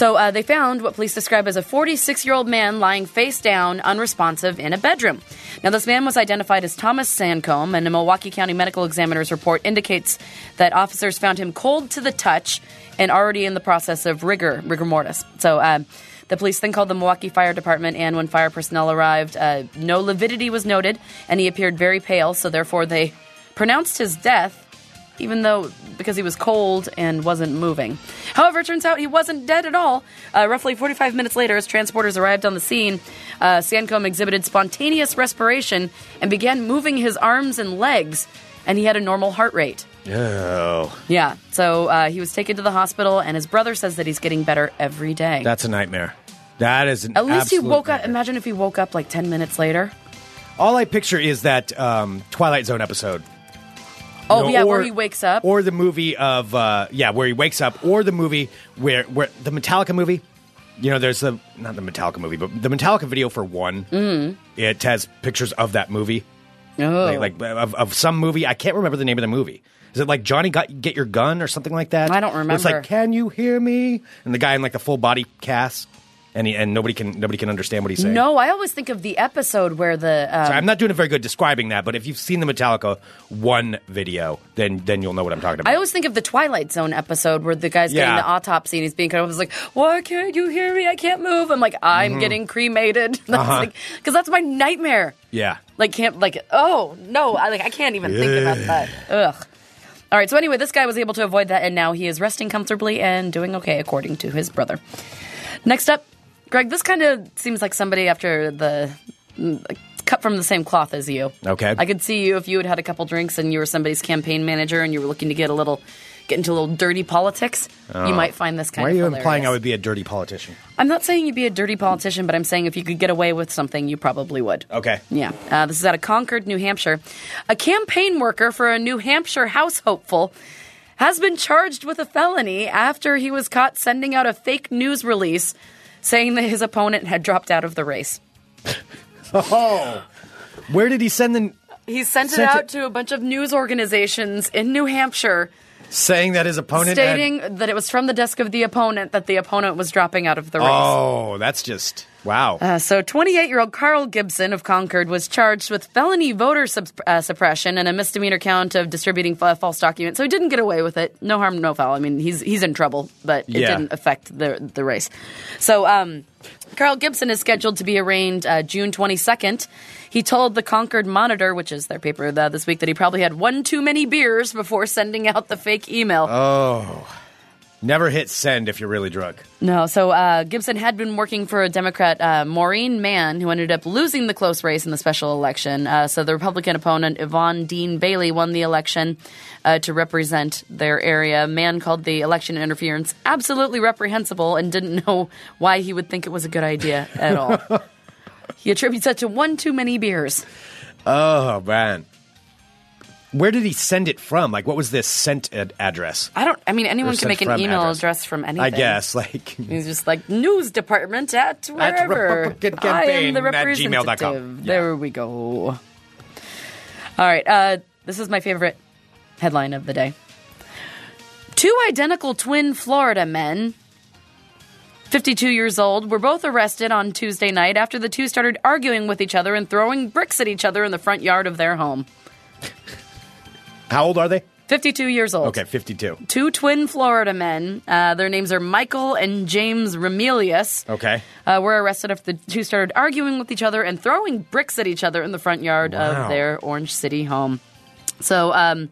so uh, they found what police describe as a 46 year old man lying face down, unresponsive, in a bedroom. Now, this man was identified as Thomas Sancombe, and a Milwaukee County medical examiner's report indicates that officers found him cold to the touch and already in the process of rigor, rigor mortis. So um, the police then called the Milwaukee Fire Department, and when fire personnel arrived, uh, no lividity was noted, and he appeared very pale, so therefore they pronounced his death even though because he was cold and wasn't moving. However, it turns out he wasn't dead at all. Uh, roughly 45 minutes later, as transporters arrived on the scene, uh, Sancombe exhibited spontaneous respiration and began moving his arms and legs, and he had a normal heart rate. Oh, Yeah, so uh, he was taken to the hospital, and his brother says that he's getting better every day. that's a nightmare. That is an At least he absolute woke up. nightmare. Imagine if he woke up like 10 minutes later. All I picture is that um, Twilight Zone episode Oh, No, yeah, where or- he wakes up. or the movie of uh, yeah, where he wakes up, or the movie where where the Metallica movie. You know, there's the not the Metallica movie, but the Metallica video for one. Mm. It has pictures of that movie, oh. like, like of, of some movie. I can't remember the name of the movie. Is it like Johnny got get your gun or something like that? I don't Where It's remember. like, can you hear me? And the guy in like the full body cast, and he, and nobody can nobody can understand what he's saying. no, I always think of the episode where the um, Sorry, I'm not doing a very good describing that, but if you've seen the Metallica one video, then then you'll know what I'm talking about. I always think of the Twilight Zone episode where the guy's getting Yeah. the autopsy and he's being cut off. He's like, "Why can't you hear me? I can't move." I'm like, "I'm Mm-hmm. getting cremated." That's Uh-huh. like because that's my nightmare. yeah. Like can't like oh no, I like I can't even think about that. Ugh. All right. So anyway, this guy was able to avoid that, and now he is resting comfortably and doing okay, according to his brother. Next up, Greg. This kind of seems like somebody after the mm, like, cut from the same cloth as you. Okay. I could see you if you had had a couple drinks and you were somebody's campaign manager and you were looking to get a little. Get into a little dirty politics. You might find this kind Oh. Why are of. you implying hilarious. I would be a dirty politician? I'm not saying you'd be a dirty politician, but I'm saying if you could get away with something, you probably would. Okay. Yeah. Uh, this is out of Concord, New Hampshire. A campaign worker for a New Hampshire house hopeful has been charged with a felony after he was caught sending out a fake news release saying that his opponent had dropped out of the race. Oh, where did he send the He sent it Sent out it- to a bunch of news organizations in New Hampshire saying that his opponent? had- stating that it was from the desk of the opponent that the opponent was dropping out of the race. oh, that's just wow. Uh, so, 28 year old Carl Gibson of Concord was charged with felony voter sub- uh, suppression and a misdemeanor count of distributing fa- false documents. So, he didn't get away with it. No harm, no foul. I mean, he's he's in trouble, but it Yeah. didn't affect the the race. So, um, Carl Gibson is scheduled to be arraigned uh, June 22nd. He told the Concord Monitor, which is their paper uh, this week, that he probably had one too many beers before sending out the fake email. Never hit send if you're really drunk. No, so uh, Gibson had been working for a Democrat, uh, Maureen Mann, who ended up losing the close race in the special election. Uh, so the Republican opponent, Yvonne Dean Bailey, won the election uh, to represent their area. Mann called the election interference absolutely reprehensible and didn't know why he would think it was a good idea at all. he attributes that to one too many beers. Oh man, where did he send it from? Like, what was this sent ad- address? I don't, I mean, anyone Or can make an sent from email address. address from anything. I guess like He's just like news department at wherever. Republican I am campaign the at representative. gmail.com. Yeah. There we go. All right, uh, this is my favorite headline of the day. Two identical twin Florida men, 52 years old, were both arrested on Tuesday night after the two started arguing with each other and throwing bricks at each other in the front yard of their home. how old are they? 52 years old. Okay, fifty-two. Two twin Florida men. Uh, their names are Michael and James Remelius. Okay, uh, were arrested after the two started arguing with each other and throwing bricks at each other in the front yard Wow. of their Orange City home. So, um,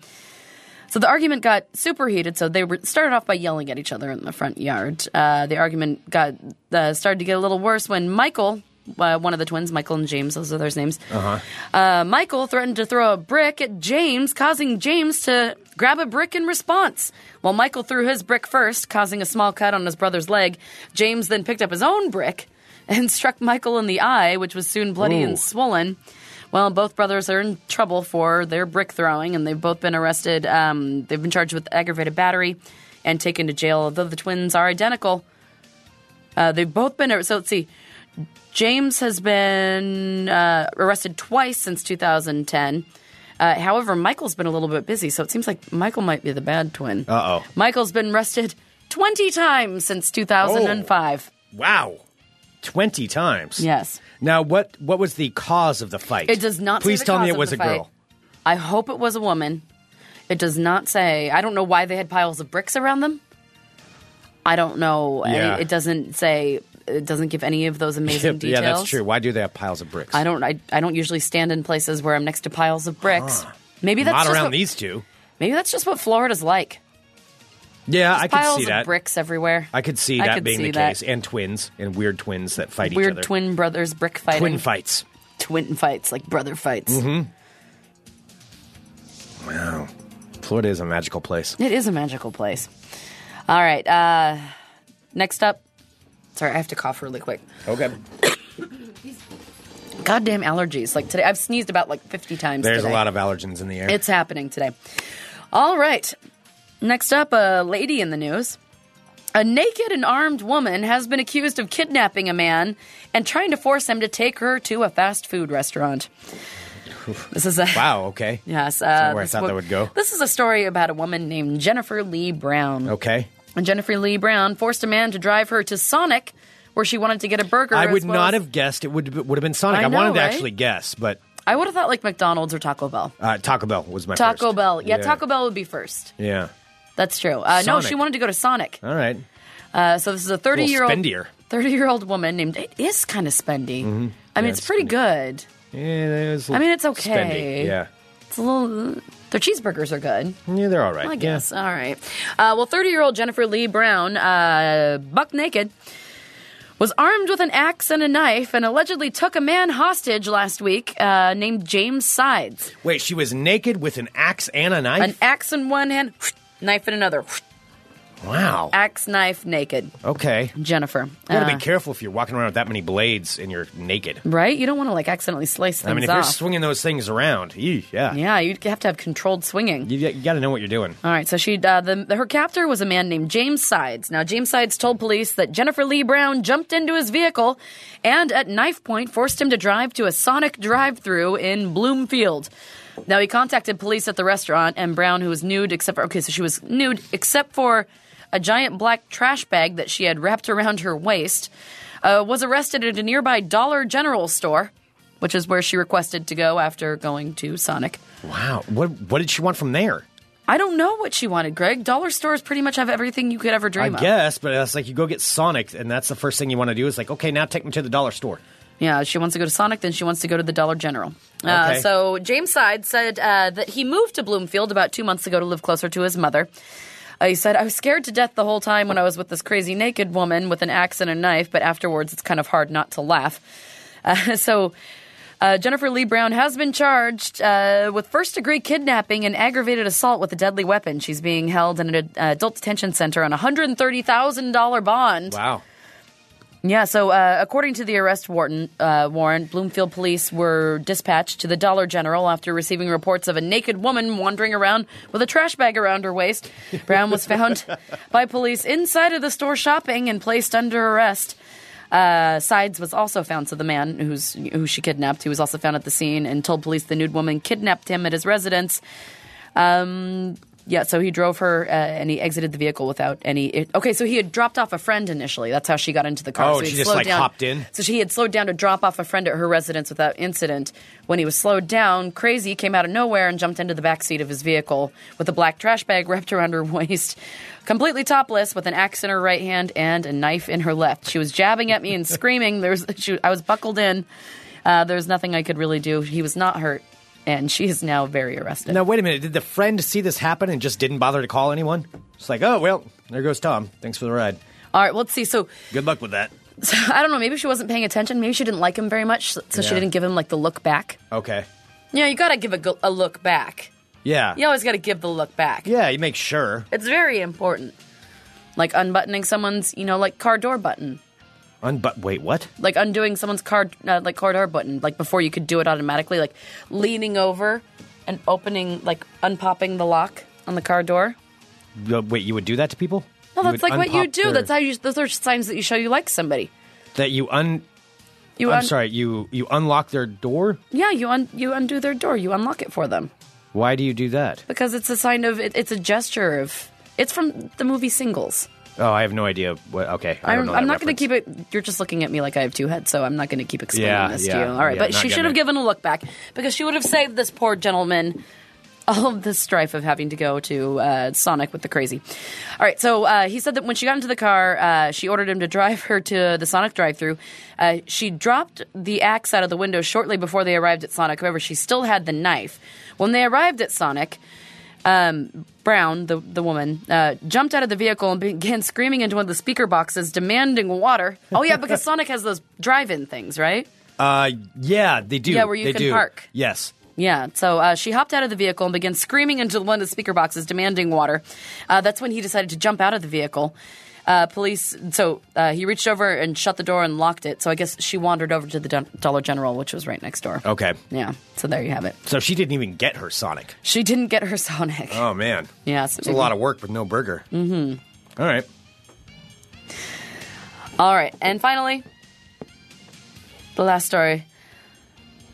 so the argument got super heated. So they were, started off by yelling at each other in the front yard. Uh, the argument got uh, started to get a little worse when Michael. Uh, one of the twins, Michael and James, those are their names. Uh-huh. Michael threatened to throw a brick at James, causing James to grab a brick in response. While Michael threw his brick first, causing a small cut on his brother's leg, James then picked up his own brick and struck Michael in the eye, which was soon bloody Ooh. and swollen. Well, both brothers are in trouble for their brick throwing, and they've both been arrested. Um, they've been charged with aggravated battery and taken to jail. Although the twins are identical, uh, they've both been so. Let's see. James has been uh, arrested twice since 2010. Uh, however, Michael's been a little bit busy, so it seems like Michael might be the bad twin. Uh-oh. Michael's been arrested 20 times since 2005. wow, twenty times. Yes. Now, what what was the cause of the fight? It does not say Please the tell cause me it of was the a girl. fight. I hope it was a woman. It does not say. I don't know why they had piles of bricks around them. I don't know. any- Yeah. it doesn't say. It doesn't give any of those amazing yeah, details. that's true. Why do they have piles of bricks? I don't. I, I don't usually stand in places where I'm next to piles of bricks. Maybe that's Ah. Not just around what, these two. Maybe that's just what Florida's like. Yeah, I could piles see of that. bricks everywhere. I could see I that could being see the that. case, and twins and weird twins that fight each Weird other. twin brothers brick fighting. twin Mm-hmm. fights. Twin fights, like brother fights. Wow, Florida is a magical place. It is a magical place. All right. Uh, next up. Sorry, I have to cough really quick. Okay, Goddamn allergies. Like today, I've sneezed about like 50 times there's today. a lot of allergens in the air. It's happening today. All right. Next up, a lady in the news. A naked and armed woman has been accused of kidnapping a man and trying to force him to take her to a fast food restaurant. This is a Wow. Okay. Yes, uh, not where I this thought wo- that would go. This is a story about a woman named Jennifer Lee Brown. Okay. And Jennifer Lee Brown forced a man to drive her to Sonic, where she wanted to get a burger. I as would well not as- have guessed it would would have been Sonic. I, I know, wanted to right? actually guess, but I would have thought like McDonald's or Taco Bell. uh, Taco Bell was my Taco first. Bell, yeah, Taco Bell would be first. Yeah. That's true. Uh, no, she Sonic. wanted to go to Sonic. All right. Uh, so this is a thirty-year-old, spendier. Mm-hmm. thirty-year-old woman named. It is kind of spendy. I mean, Yeah, it's it's pretty spendy. good. Yeah, it was a I mean, it's little okay. spendy. Yeah. It's a little. Their cheeseburgers are good. Yeah, they're all right. I Yeah. guess. All right. Uh, well, 30 year old Jennifer Lee Brown, uh, buck naked, was armed with an axe and a knife and allegedly took a man hostage last week uh, named James Sides. Wait, she was naked with an axe and a An knife. axe in one hand, knife in another. wow. Axe, knife, naked. Okay. You Jennifer. gotta Uh, be careful if you're walking around with that many blades and you're naked. right? You don't want to like accidentally slice things I mean, if off. you're swinging those things around, eesh, yeah, yeah, you have to have controlled swinging. You, got to know what you're doing. All right, so she uh, the, her captor was a man named James Sides. Now James Sides told police that Jennifer Lee Brown jumped into his vehicle and at knife point forced him to drive to a Sonic drive-through in Bloomfield. Now he contacted police at the restaurant and Brown who was nude except for okay, so she was nude except for a giant black trash bag that she had wrapped around her waist uh, was arrested at a nearby Dollar General store, which is where she requested to go after going to Sonic. Wow. What What did she want from there? I don't know what she wanted, Greg. Dollar stores pretty much have everything you could ever dream I of. guess, but it's like you go get Sonic, and that's the first thing you want to do is like, okay, now take me to the dollar store. Yeah, she wants to go to Sonic, then she wants to go to the Dollar General. Uh, Okay. so James Side said uh, that he moved to Bloomfield about two months ago to live closer to his mother. Uh, he said, I was scared to death the whole time when I was with this crazy naked woman with an axe and a knife, but afterwards it's kind of hard not to laugh. Uh, so uh, Jennifer Lee Brown has been charged uh, with first degree kidnapping and aggravated assault with a deadly weapon. She's being held in an uh, adult detention center on a $130,000 bond. Wow. Yeah, so uh, according to the arrest warrant, uh, warrant, Bloomfield police were dispatched to the Dollar General after receiving reports of a naked woman wandering around with a trash bag around her waist. Brown was found by police inside of the store shopping and placed under arrest. Uh, Sides was also found, so the man who's, who she kidnapped, he was also found at the scene and told police the nude woman kidnapped him at his residence. Um, yeah, so he drove her uh, and he exited the vehicle without any. It, okay, so he had dropped off a friend initially. That's how she got into the car. Oh, so he she had just, slowed like, down- hopped in? So she had slowed down to drop off a friend at her residence without incident. When he was slowed down, crazy came out of nowhere and jumped into the back seat of his vehicle with a black trash bag wrapped around her waist, completely topless, with an axe in her right hand and a knife in her left. She was jabbing at me and screaming. There's, she, I was buckled in. Uh, there was nothing I could really do. He was not hurt, and she is now very arrested. Now wait a minute. Did the friend see this happen and just didn't bother to call anyone? It's like, oh well, there goes Tom. Thanks for the ride. All right, well, let's see. So, Good luck with that. so I don't know. Maybe she wasn't paying attention. Maybe she didn't like him very much, so so she Yeah. didn't give him like the look back. Okay. Yeah, you gotta give a, go- a look back. Yeah. You always gotta give the look back. Yeah. You make sure. It's very important. Like unbuttoning someone's, you know, like car door button. Unbut. Wait, what? Like undoing someone's car, uh, like car door button. Like before you could do it automatically. Like leaning over and opening, like unpopping the lock on the car door. Uh, Wait, you would do that to people? You No, that's would like what you unpop do. their- That's how you. Those are signs that you show you like somebody. that you un. You I'm un- sorry. You you unlock their door. Yeah, you un- you undo their door. You unlock it for them. Why do you do that? because it's a sign of it, it's a gesture of it's from the movie Singles. Oh, I have no idea. What? Okay, I don't I'm, know I'm that not going to reference. keep it. You're just looking at me like I have two heads, so I'm not going to keep explaining Yeah, this to yeah, you. All right, yeah, but not she should gonna. have given a look back because she would have saved this poor gentleman all of the strife of having to go to uh, Sonic with the crazy. All right, so uh, he said that when she got into the car, uh, she ordered him to drive her to the Sonic drive-through. Uh, she dropped the axe out of the window shortly before they arrived at Sonic. However, she still had the knife. When they arrived at Sonic, um, Brown, the, the woman, uh, jumped out of the vehicle and began screaming into one of the speaker boxes, demanding water. Oh, yeah, because Sonic has those drive in things, right? Uh, yeah, they do. Yeah, where you They can do. park. Yes. Yeah, so uh, she hopped out of the vehicle and began screaming into one of the speaker boxes, demanding water. Uh, that's when he decided to jump out of the vehicle. Uh, police. So uh, he reached over and shut the door and locked it. So I guess she wandered over to the Dun- Dollar General, which was right next door. Okay. Yeah. So there you have it. So she didn't even get her Sonic. She didn't get her Sonic. Oh man. yeah. It's a lot of work with no burger. Mm-hmm. All right. All right, and finally, the last story.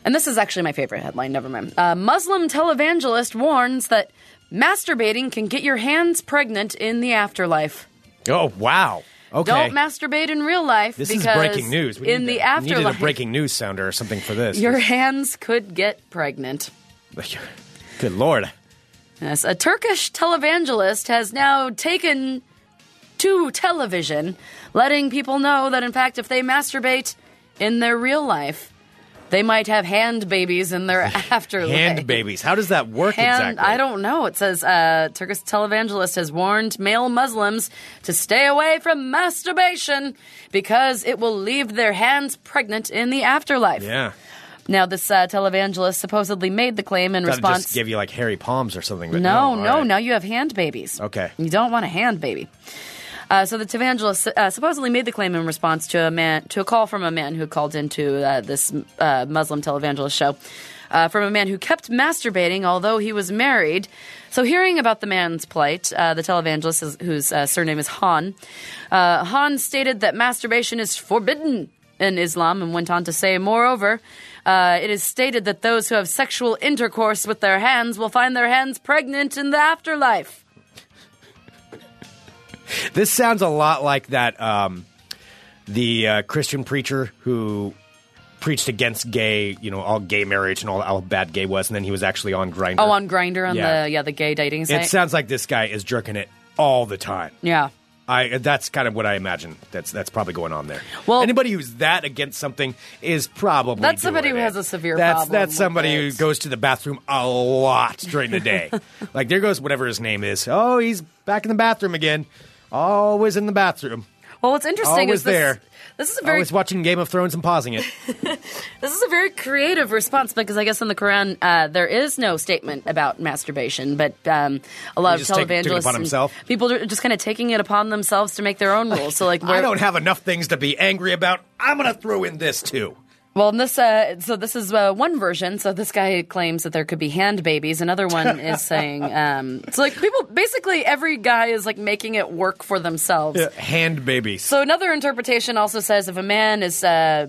And this is actually my favorite headline, never mind. Uh, Muslim televangelist warns that masturbating can get your hands pregnant in the afterlife. Oh wow. Okay. Don't masturbate in real life this is because breaking news. We in need the a- we needed afterlife, a breaking news sounder or something for this. your hands could get pregnant. Good lord. Yes, a Turkish televangelist has now taken to television, letting people know that, in fact, if they masturbate in their real life, they might have hand babies in their afterlife. Hand babies. How does that work Hand, exactly? I don't know. It says uh, Turkish televangelist has warned male Muslims to stay away from masturbation because it will leave their hands pregnant in the afterlife. Yeah. Now, this uh, televangelist supposedly made the claim in Thought it response. just give you like hairy palms or something. But No, no. all no. right. Now you have hand babies. Okay. You don't want a hand baby. Uh, so the televangelist uh, supposedly made the claim in response to a man to a call from a man who called into uh, this uh, Muslim televangelist show uh, from a man who kept masturbating although he was married. So hearing about the man's plight, uh, the televangelist is, whose uh, surname is Han, uh, Han stated that masturbation is forbidden in Islam and went on to say, moreover, uh, it is stated that those who have sexual intercourse with their hands will find their hands pregnant in the afterlife. This sounds a lot like that um, the uh, Christian preacher who preached against gay, you know, all gay marriage and all how bad gay was, and then he was actually on grinder. Oh, on Grinder on Yeah. the yeah the gay dating It site. sounds like this guy is jerking it all the time. yeah. I that's kind of what I imagine. That's that's probably going on there. Well- anybody who's that against something is probably That's somebody doing who it. has a severe That's problem that's with somebody who it. goes to the bathroom a lot during the day. like there goes whatever his name is. Oh, he's back in the bathroom again. Always in the bathroom. Well, what's interesting Always is this, there. this is a very Always watching Game of Thrones and pausing it. this is a very creative response because I guess in the Quran uh, there is no statement about masturbation, but um, a lot He of just take- took it televangelists upon and himself. people are just kind of taking it upon themselves to make their own rules. So like, I where- don't have enough things to be angry about. I'm gonna throw in this too. Well, and this uh, so this is uh, one version. So this guy claims that there could be hand babies. Another one is saying um, so like people basically every guy is like making it work for themselves. Hand babies. So another interpretation also says if a man is uh,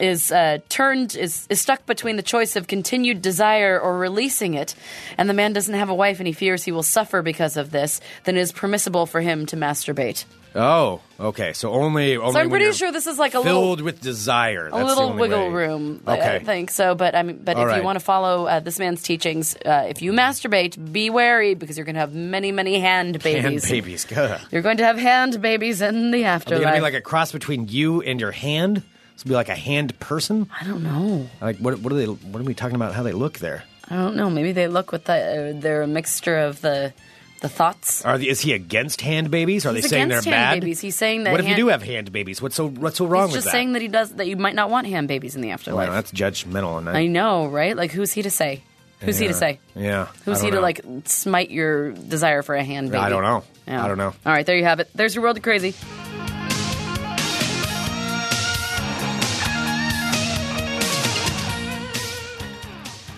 is uh, turned is, is stuck between the choice of continued desire or releasing it, and the man doesn't have a wife and he fears he will suffer because of this, then it is permissible for him to masturbate. oh, okay. So only. only So I'm when pretty you're sure this is like a filled little. with desire. A That's the little only wiggle way. room, I- Okay. I think so. But I mean, but All if right. you want to follow uh, this man's teachings, uh, if you masturbate, be wary because you're going to have many, many hand Hand babies. babies. Ugh. You're going to have hand babies in the Are afterlife. they gonna be like a cross between you and your hand? This will be like a hand person. I don't know. Like what? What are they? What are we talking about? How they look there? I don't know. Maybe they look with the, uh, they're a mixture of the the thoughts. Are the, is he against hand babies? Are He's they saying they're against hand bad? babies. He's saying that What if hand- you do have hand babies? What's so what's so wrong He's with that? just saying that he does that. You might not want ham babies in the afterlife. Wow, that's judgmental. And I, I know, right? Like, who's he to say? Who's he to Yeah. say? Yeah, I Who's don't he know. to like smite your desire for a hand baby? I don't know. I don't know. All right, there you have it. There's your world of crazy.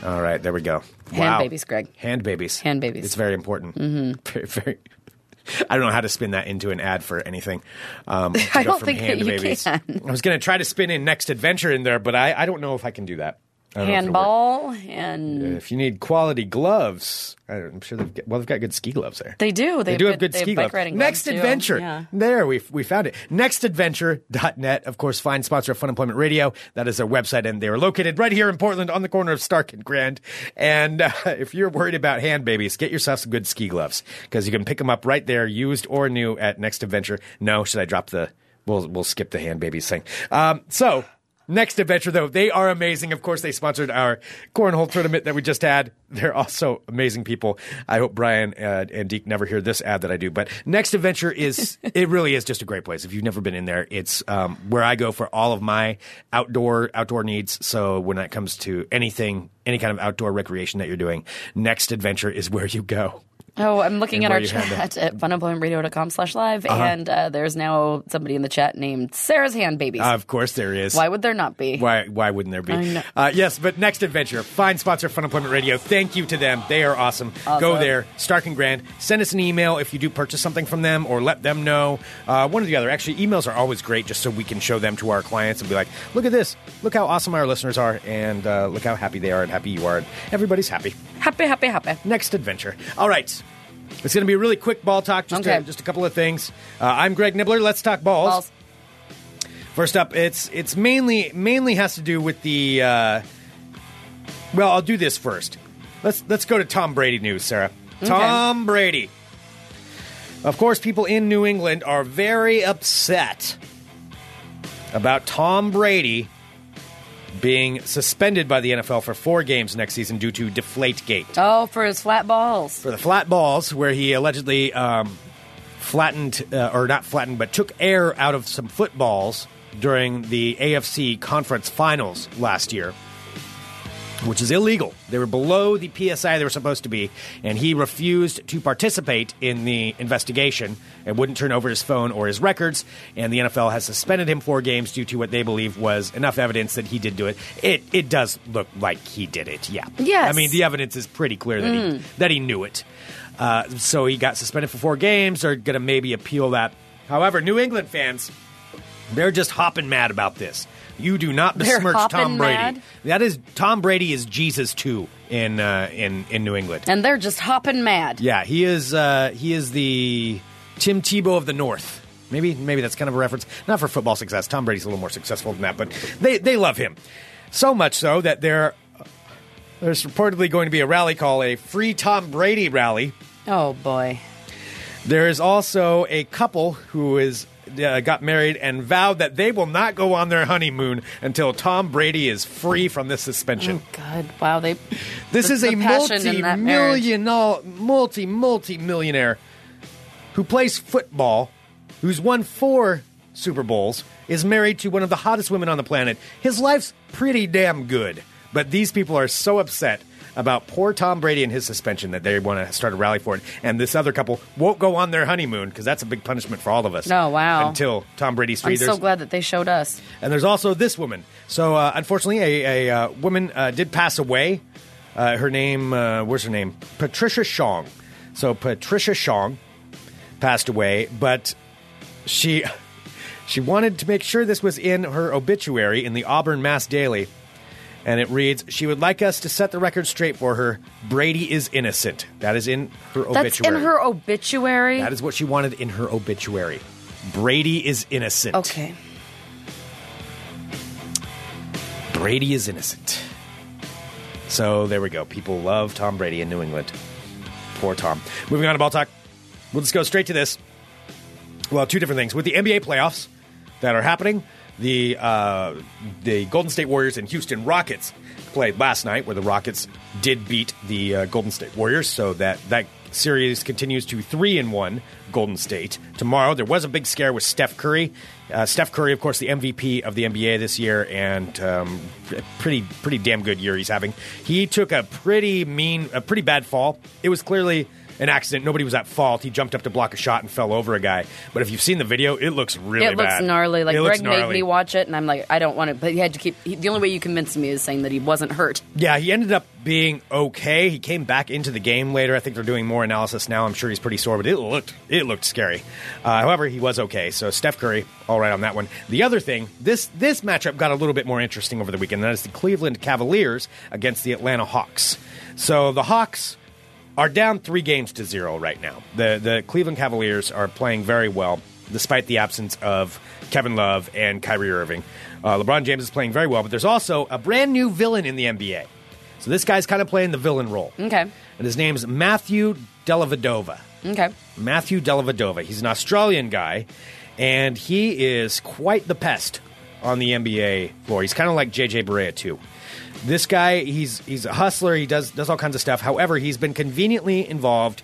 All right, there we go. Hand babies, Greg. Hand babies. Hand babies. It's very important. Mm-hmm. Very, very. I don't know how to spin that into an ad for anything. Um, to I go don't from think that hand you babies. can. I was going to try to spin in next adventure in there, but I, I don't know if I can do that. I don't know if it'll work. Handball and If you need quality gloves, I don't- I'm sure they've got, well they've got good ski gloves there. they do. They, They do have but good they ski bike gloves. riding Next gloves, too. Adventure. Yeah. There, we, we found it. Nextadventure.net. Of course, find sponsor of Fun Employment Radio. That is their website, and they are located right here in Portland on the corner of Stark and Grand. And uh, if you're worried about hand babies, get yourself some good ski gloves because you can pick them up right there, used or new, at Next Adventure. No, should I drop the. We'll, we'll skip the hand babies thing. Um, so. Next adventure, though, they are amazing. Of course, they sponsored our cornhole tournament that we just had. They're also amazing people. I hope Brian uh, and Deke never hear this ad that I do. But Next Adventure is, it really is just a great place. If you've never been in there, it's um, where I go for all of my outdoor outdoor needs. So when it comes to anything, any kind of outdoor recreation that you're doing, Next Adventure is where you go. Oh, I'm looking And where at our you had Uh-huh. chat at funemploymentradio.com slash live, and uh, there's now somebody in the chat named Sarah's Hand Babies. Of course, there is. Why would there not be? Uh, Why, why wouldn't there be? I know. Uh, yes, but Next Adventure, fine sponsor of Fun Employment Radio. Thank you to them. They are awesome. Go Awesome. there, Stark and Grand. Send us an email if you do purchase something from them or let them know. Uh, one or the other. Actually, emails are always great just so we can show them to our clients and be like, look at this. Look how awesome our listeners are and uh, look how happy they are and happy you are. And everybody's happy. Happy, happy, happy. Next Adventure. All right. It's going to be a really quick ball talk, just, Okay. a, just a couple of things. Uh, I'm Greg Nibbler. Let's talk Balls. First up, it's it's mainly mainly has to do with the. Uh, well, I'll do this first. Let's let's go to Tom Brady news, Sarah. Tom Brady. Of course, people in New England are very upset about Tom Brady being suspended by the NFL for four games next season due to Deflategate Oh, for his flat balls. for the flat balls, where he allegedly um, flattened, uh, or not flattened, but took air out of some footballs during the AFC conference finals last year, which is illegal. They were below the PSI they were supposed to be, and he refused to participate in the investigation and wouldn't turn over his phone or his records. And the NFL has suspended him four games due to what they believe was enough evidence that he did do it. It it does look like he did it. Yeah. Yes. Mm. I mean, the evidence is pretty clear that he that he knew it. Uh, so he got suspended for four games. They're going to maybe appeal that. However, New England fans, they're just hopping mad about this. You do not They're besmirch Tom hopping Brady. mad? That is Tom Brady is Jesus too in uh, in in New England. And they're just hopping mad. Yeah, he is. Uh, he is the Tim Tebow of the North. Maybe, maybe that's kind of a reference. Not for football success. Tom Brady's a little more successful than that, but they they love him so much so that there there's reportedly going to be a rally called a Free Tom Brady rally. Oh, boy. There is also a couple who is uh, got married and vowed that they will not go on their honeymoon until Tom Brady is free from this suspension. Oh, God. Wow. They. This the- is the a passion multi in that marriage. million, multi, multi millionaire who plays football, who's won four Super Bowls, is married to one of the hottest women on the planet. His life's pretty damn good, but these people are so upset about poor Tom Brady and his suspension that they want to start a rally for it. And this other couple won't go on their honeymoon because that's a big punishment for all of us. No, wow. Until Tom Brady's free. I'm There's- so glad that they showed us. and there's also this woman. So uh, unfortunately, a, a uh, woman uh, did pass away. Uh, her name, uh, where's her name? Patricia Shong. So Patricia Shong passed away, but she she wanted to make sure this was in her obituary in the Auburn Mass Daily. And it reads, she would like us to set the record straight for her. Brady is innocent. That is in her That's obituary. in her obituary. that is what she wanted in her obituary. Brady is innocent. Okay. Brady is innocent. So there we go. People love Tom Brady in New England. Poor Tom. Moving on to ball talk. We'll just go straight to this. Well, two different things with the NBA playoffs that are happening. The uh, the Golden State Warriors and Houston Rockets played last night, where the Rockets did beat the uh, Golden State Warriors, so that that series continues to three and one Golden State. Tomorrow there was a big scare with Steph Curry. Uh, Steph Curry, of course, the MVP of the NBA this year, and um, a pretty pretty damn good year he's having. He took a pretty mean, a pretty bad fall. It was clearly an accident. Nobody was at fault. He jumped up to block a shot and fell over a guy. But if you've seen the video, it looks really it looks bad. gnarly. Like It looks Greg made gnarly. me watch it, and I'm like, I don't want to. But he had to keep. He, the only way you convinced me is saying that he wasn't hurt. Yeah, he ended up being okay. He came back into the game later. I think they're doing more analysis now. I'm sure he's pretty sore, but it looked it looked scary. Uh, however, he was okay. So Steph Curry, all right on that one. The other thing, this this matchup got a little bit more interesting over the weekend. That is the Cleveland Cavaliers against the Atlanta Hawks. So the Hawks are down three games to zero right now. The the Cleveland Cavaliers are playing very well despite the absence of Kevin Love and Kyrie Irving. Uh, LeBron James is playing very well, but there's also a brand new villain in the NBA. So this guy's kind of playing the villain role. Okay. And his name's Matthew Dellavedova. Okay. Matthew Dellavedova. He's an Australian guy, and he is quite the pest on the NBA floor. He's kind of like JJ Barea too. This guy, he's he's a hustler. He does does all kinds of stuff. However, he's been conveniently involved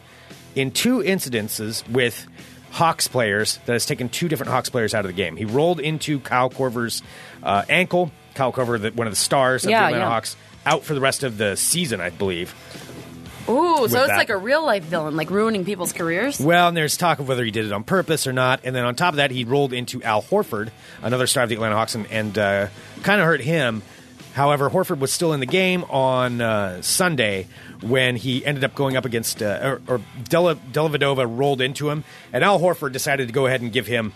in two incidences with Hawks players that has taken two different Hawks players out of the game. He rolled into Kyle Corver's uh, ankle. Kyle Corver, the, one of the stars of Yeah, the Atlanta yeah. Hawks, out for the rest of the season, I believe. Ooh, so with it's that. like a real life villain, like ruining people's careers. Well, and there's talk of whether he did it on purpose or not. And then on top of that, he rolled into Al Horford, another star of the Atlanta Hawks, and, and uh, kind of hurt him. However, Horford was still in the game on uh, Sunday when he ended up going up against, uh, or, or Della, Dellavedova rolled into him, and Al Horford decided to go ahead and give him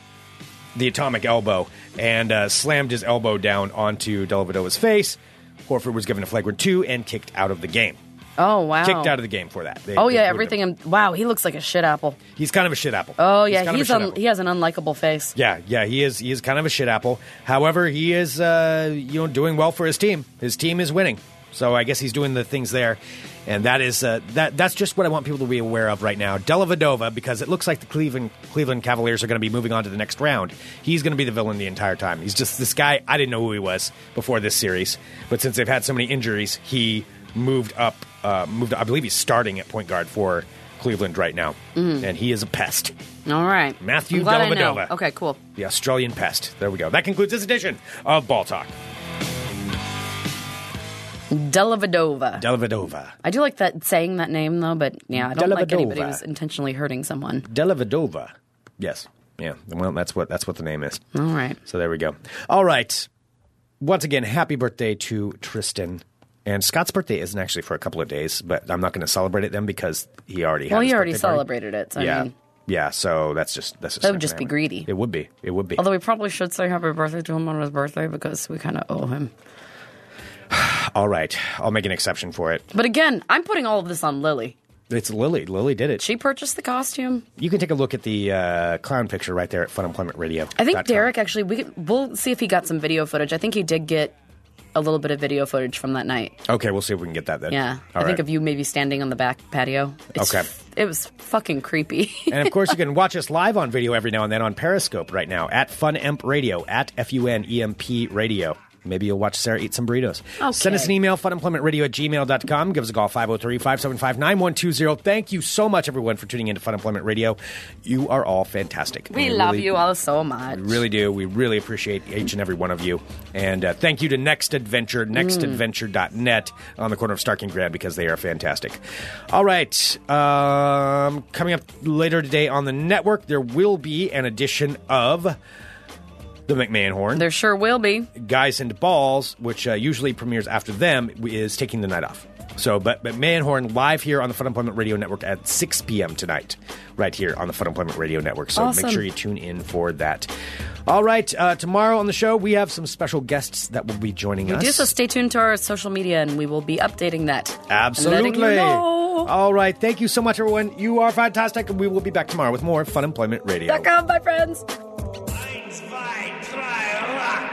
the atomic elbow and uh, slammed his elbow down onto Dellavedova's face. Horford was given a flagrant two and kicked out of the game. Oh wow, Kicked out of the game for that. They- Oh they booed yeah, him. everything. And wow, he looks like a shit apple. He's kind of a shit apple. Oh yeah, kind he's, of a shit un- apple. he has an unlikable face. Yeah, yeah, he is. He is kind of a shit apple. However, he is, uh, you know, doing well for his team. His team is winning, so I guess he's doing the things there, and that is uh, that. That's just what I want people to be aware of right now. Dellavedova, because it looks like the Cleveland Cleveland Cavaliers are going to be moving on to the next round. He's going to be the villain the entire time. He's just this guy. I didn't know who he was before this series, but since they've had so many injuries, he moved up. Uh, moved. I believe he's starting at point guard for Cleveland right now, and he is a pest. All right, Matthew I'm glad I know. Dellavedova. Okay, cool. The Australian Pest. There we go. That concludes this edition of Ball Talk. Dellavedova. Delavadova. I do like that saying that name though, but yeah, I don't like anybody Dellavedova. who's intentionally hurting someone. Delavadova. Yes. Yeah. Well, that's what that's what the name is. All right. So there we go. All right. Once again, happy birthday to Tristan. And Scott's birthday isn't actually for a couple of days, but I'm not going to celebrate it then because he already. Well, had his you already birthday party. celebrated it. So yeah. I mean, yeah. So that's just that's just. That would not just gonna be happen. greedy. It would be. It would be. although we probably should say happy birthday to him on his birthday because we kind of owe him. All right. I'll make an exception for it. But again, I'm putting all of this on Lily. It's Lily. Lily did it. She purchased the costume. You can take a look at the uh, clown picture right there at Fun Employment Radio. I think Derek actually. We could, we'll see if he got some video footage. I think he did get a little bit of video footage from that night. Okay, we'll see if we can get that then. Yeah, I All think right. of you maybe standing on the back patio. It's- Okay. it was fucking creepy. and of course, you can watch us live on video every now and then on Periscope right now at Fun Emp Radio, at F U N E M P Radio. Maybe you'll watch Sarah eat some burritos. Send us an email, funemploymentradio at gmail.com. Give us a call, 503 575 9120. Thank you so much, everyone, for tuning in to Fun Employment Radio. You are all fantastic. we And love really- you all so much. Really do. We really appreciate each and every one of you. And uh, thank you to Next Adventure, nextadventure.net on the corner of Stark and Grab because they are fantastic. All right. Um, coming up later today on the network, there will be an edition of The McMahon Horn. There sure will be. Guys and Balls, which uh, usually premieres after them, is taking the night off. So, but, but Manhorn live here on the Fun Employment Radio Network at 6 p.m. tonight, right here on the Fun Employment Radio Network. So Awesome. make sure you tune in for that. All right, uh, tomorrow on the show, we have some special guests that will be joining us. Do so stay tuned to our social media and we will be updating that. and Absolutely. letting you know. All right, thank you so much, everyone. You are fantastic, and we will be back tomorrow with more Fun Employment Radio. Dot com, bye, friends. Eins, zwei, drei, rock!